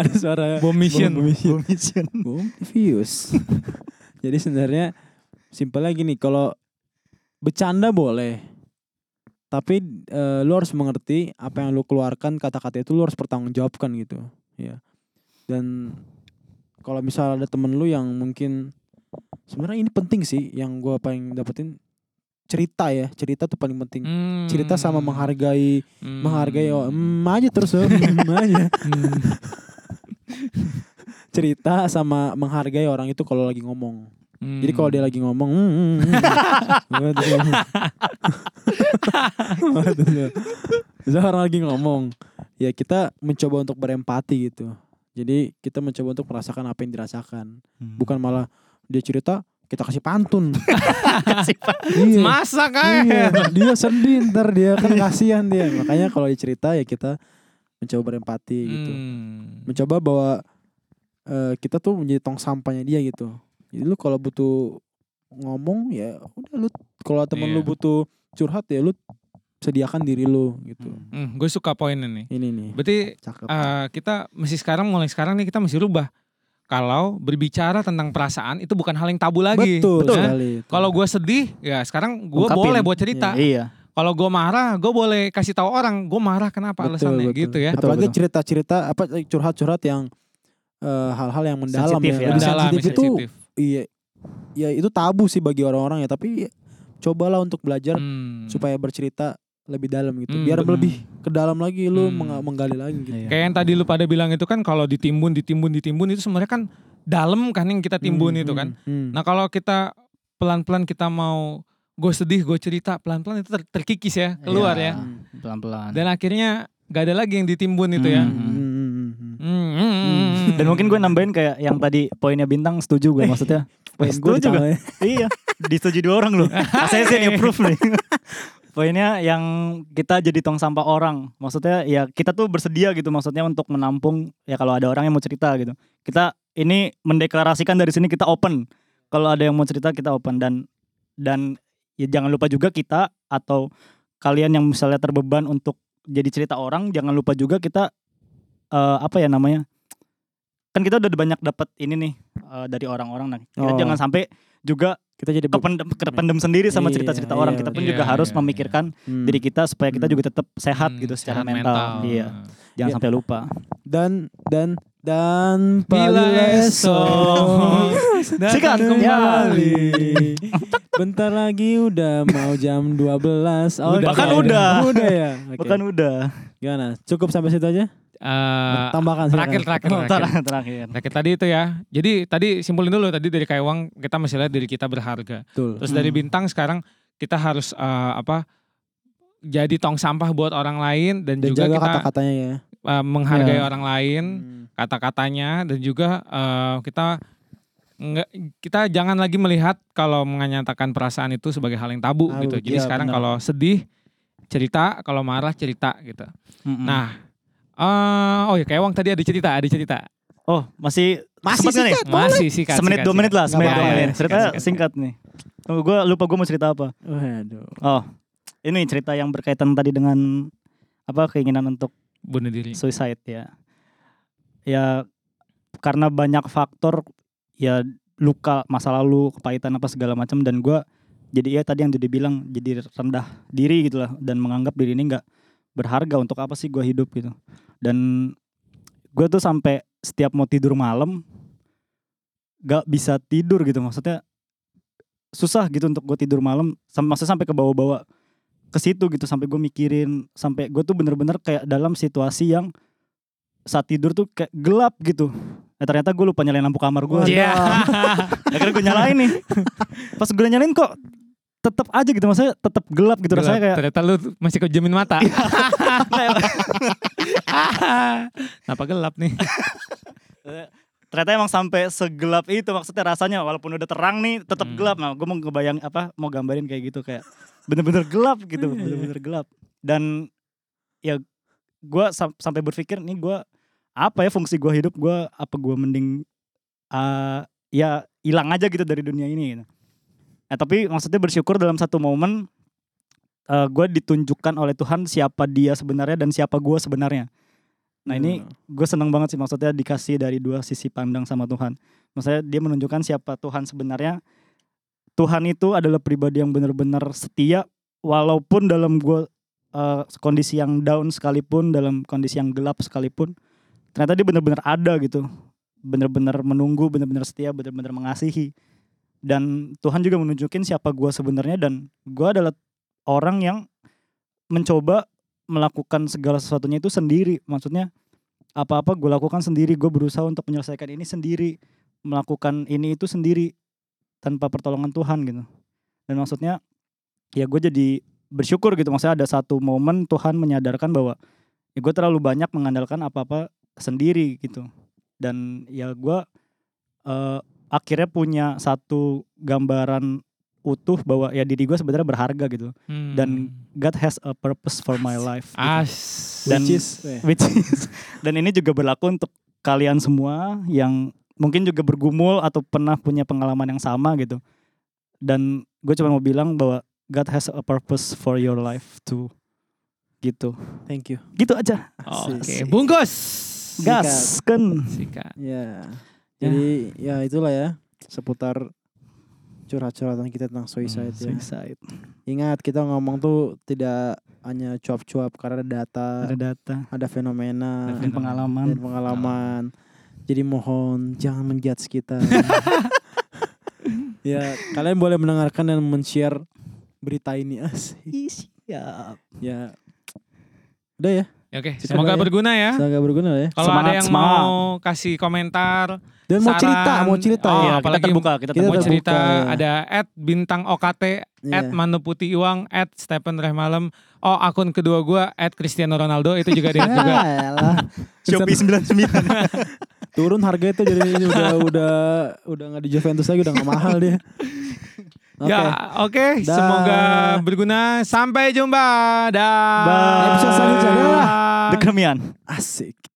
ada suara
bom mission
Bom mission.
Boom views. Jadi sebenarnya simpelnya gini, kalau bercanda boleh. Tapi eh, lu harus mengerti apa yang lu keluarkan kata-kata itu lu harus pertanggungjawabkan gitu, ya. Dan kalau misal ada temen lu yang mungkin sebenarnya ini penting sih yang gua paling dapetin cerita ya, cerita tuh paling penting.
Hmm.
Cerita sama menghargai,
Hmm.
menghargai oh, em aja terus, oh, em aja
Hmm.
cerita sama menghargai orang itu kalau lagi ngomong.
Hmm.
Jadi kalau dia lagi ngomong, "Hmm, hmm, hmm." Gua terus ngomong. Gua terus ngomong. Terus orang lagi ngomong, ya kita mencoba untuk berempati gitu. Jadi kita mencoba untuk merasakan apa yang dirasakan, bukan malah dia cerita kita kasih pantun.
Kasih Pak.
iya.
masa kan
Iya, dia sedih ntar dia kan kasihan dia. Makanya kalau dia cerita ya kita mencoba berempati gitu.
Hmm.
Mencoba bahwa eh, kita tuh menjadi tong sampahnya dia gitu. Jadi lu kalau butuh ngomong ya udah lu kalau temen lu
Iya.
butuh curhat ya lu sediakan diri lu gitu.
Hmm.
Hmm, gue suka poinnya nih
Ini nih.
berarti
Cakep.
eh, kita mesti sekarang mulai sekarang nih kita mesti rubah kalau berbicara tentang perasaan itu bukan hal yang tabu lagi
betul,
ya.
sekali. itu.
kalau gue sedih ya sekarang gue
Ungkapin.
boleh buat cerita
iya
kalau gue marah gue boleh kasih tahu orang gue marah kenapa
Betul,
alasannya
betul.
gitu ya
Betul,
apalagi
betul.
cerita-cerita apa curhat-curhat yang eh, hal-hal yang mendalam
Sensitif ya.
ya. Lebih
Mendalam,
sensitif itu
sensitif.
iya ya itu tabu sih bagi orang-orang ya tapi ya, cobalah untuk belajar
Hmm.
supaya bercerita lebih dalam gitu
Hmm,
biar
betul.
lebih ke dalam lagi lu
Hmm.
meng- menggali lagi gitu
Iya.
Kayak yang tadi lu pada bilang itu kan kalau ditimbun, ditimbun, ditimbun itu sebenarnya kan dalam kan yang kita timbun
Hmm,
itu kan.
hmm, hmm.
Nah kalau kita pelan-pelan kita mau gue sedih, gue cerita pelan-pelan itu ter- terkikis ya keluar
Iya.
ya.
Hmm.
pelan pelan
Dan akhirnya gak ada lagi yang ditimbun itu ya.
Hmm.
Hmm, hmm, hmm, hmm.
Hmm, hmm, hmm.
dan mungkin gue nambahin kayak yang tadi poinnya bintang setuju gue maksudnya
Poin
Setuju
gue
juga.
ditambah ya.
iya disetujui dua orang loh saya sih approve nih poinnya yang kita jadi tong sampah orang maksudnya ya kita tuh bersedia gitu maksudnya untuk menampung ya kalau ada orang yang mau cerita gitu kita ini mendeklarasikan dari sini kita open kalau ada yang mau cerita kita open dan dan ya jangan lupa juga kita atau kalian yang misalnya terbeban untuk jadi cerita orang jangan lupa juga kita eh, apa ya namanya kan kita udah banyak dapat ini nih eh, dari orang-orang nah kita
Oh.
jangan sampai juga
Kita jadi bu-
kependem, kependem sendiri sama
Iya,
cerita-cerita orang
iya,
kita pun
betul.
juga
Iya,
harus
iya,
memikirkan
Hmm.
diri kita supaya kita
Hmm.
juga tetap sehat
Hmm,
gitu secara
sehat
mental. iya jangan
Iya.
sampai lupa
dan dan dan
Bila
pada
esok
Sikat. Ya.
datang
kembali.
kembali.
Bentar lagi udah mau jam 12.
Udah,
oke.
bahkan
udah.
Udah ya. Oke.
bukan udah
Gimana? Cukup sampai situ aja?
Eh,
Tambahkan silakan.
terakhir terakhir terakhir.
Terakhir, terakhir.
Terakhir tadi itu ya. Jadi tadi simpulin dulu tadi dari Kaiwang kita masih lihat diri kita berharga.
Betul.
Terus dari
Hmm.
bintang sekarang kita harus eh, apa? Jadi tong sampah buat orang lain dan,
Dan
juga
jaga
kita kan
kata-katanya ya. Hmm.
eh, menghargai
Ya.
orang lain, kata-katanya dan juga eh, kita nggak kita jangan lagi melihat kalau menyatakan perasaan itu sebagai hal yang tabu
Tabu,
gitu. Jadi
iya,
sekarang
benar.
kalau sedih cerita, kalau marah cerita gitu.
Mm-mm.
Nah, eh oh ya Kaiwang tadi ada cerita, ada cerita.
oh masih sempet
Masih
nggak nih?
singkat,
Masih sikat.
semenit
sikat,
dua menit
sikat.
lah semenit
apa-apa.
dua
Iya,
menit
iya,
cerita
sikat, sikat,
singkat nih Tunggu, gue lupa gue mau cerita apa
Waduh.
oh ini cerita yang berkaitan tadi dengan apa keinginan untuk
Bunuh diri.
suicide ya ya karena banyak faktor ya luka masa lalu kepahitan apa segala macam dan gua jadi ya tadi yang jadi bilang jadi rendah diri gitu lah dan menganggap diri ini nggak berharga untuk apa sih gua hidup gitu dan gue tuh sampai setiap mau tidur malam nggak bisa tidur gitu maksudnya susah gitu untuk gue tidur malam Sam- maksudnya sampai ke bawah-bawah ke situ gitu sampai gue mikirin sampai gue tuh bener-bener kayak dalam situasi yang saat tidur tuh kayak gelap gitu nah, ternyata gue lupa nyalain lampu kamar gue
Waduh.
Iya.
akhirnya gue nyalain nih pas gue nyalain kok tetap aja gitu maksudnya tetap gelap gitu rasanya
Gelap.
kayak Iya. "Ah,
ternyata lu masih kejamin mata. Kenapa gelap nih?
ternyata emang sampai segelap itu maksudnya rasanya walaupun udah terang nih tetap
Hmm.
gelap nah gue mau ngebayang apa mau gambarin kayak gitu kayak bener-bener gelap gitu
Iya.
bener-bener gelap dan ya gue sam- sampai berpikir nih gue apa ya fungsi gue hidup gue apa gue mending eh, ya hilang aja gitu dari dunia ini gitu. Nah, tapi maksudnya bersyukur dalam satu momen gue ditunjukkan oleh Tuhan siapa dia sebenarnya dan siapa gue sebenarnya nah ini gue seneng banget sih maksudnya dikasih dari dua sisi pandang sama Tuhan. Maksudnya dia menunjukkan siapa Tuhan sebenarnya. Tuhan itu adalah pribadi yang benar-benar setia walaupun dalam gue kondisi yang down sekalipun, dalam kondisi yang gelap sekalipun, ternyata dia benar-benar ada gitu. Benar-benar menunggu, benar-benar setia, benar-benar mengasihi. Dan Tuhan juga menunjukin siapa gue sebenarnya dan gue adalah orang yang mencoba melakukan segala sesuatunya itu sendiri. Maksudnya apa-apa gue lakukan sendiri gue berusaha untuk menyelesaikan ini sendiri melakukan ini itu sendiri tanpa pertolongan Tuhan gitu dan maksudnya ya gue jadi bersyukur gitu maksudnya ada satu momen Tuhan menyadarkan bahwa ya gue terlalu banyak mengandalkan apa-apa sendiri gitu dan ya gue eh, akhirnya punya satu gambaran utuh bahwa ya diri gue sebenarnya berharga gitu
Hmm.
Dan- God has a purpose for my life gitu.
as
Dan-
Which is- eh,
Which is- dan ini juga berlaku untuk kalian semua yang mungkin juga bergumul atau pernah punya pengalaman yang sama gitu. Dan gue cuma mau bilang bahwa God has a purpose for your life too. Gitu.
thank you.
Gitu aja.
oke
Asik.
bungkus.
Gas kan.
Sikat.
Ya. Jadi ya itulah ya seputar curhat-curhatan kita tentang suicide ya.
Hmm, Suicide.
Ingat kita ngomong tuh tidak hanya cuap-cuap karena ada data,
Ada data
ada fenomena,
dan
dan
pengalaman.
pengalaman. Jadi mohon jangan menjudge kita. ya, kalian boleh mendengarkan dan men-share berita ini asik.
Ih, Siap.
Ya. Udah ya,
Oke,
Sikat
semoga
lah ya.
berguna ya.
semoga berguna lah ya.
Kalau
Semangat,
ada yang
semangat.
mau kasih komentar,
Dan mau
Saran.
cerita, mau cerita
Oh,
ya.
Iya, kita
apalagi-
terbuka, kita
Kita
mau
terbuka.
terbuka,
cerita
ya.
ada at bintang OKT, at
Iya.
Manu Putih Iwang, at Stephen Rehmalem, oh akun kedua gua at Cristiano Ronaldo itu juga dia juga.
Ya, elah.
Shopee 99.
turun harga itu jadi ini udah udah udah nggak di Juventus lagi udah nggak mahal dia. Oke.
Ya, oke,
Dah.
semoga berguna. Sampai jumpa. Dah.
Bye.
Episode selanjutnya. Dah.
The Kremian.
Asik.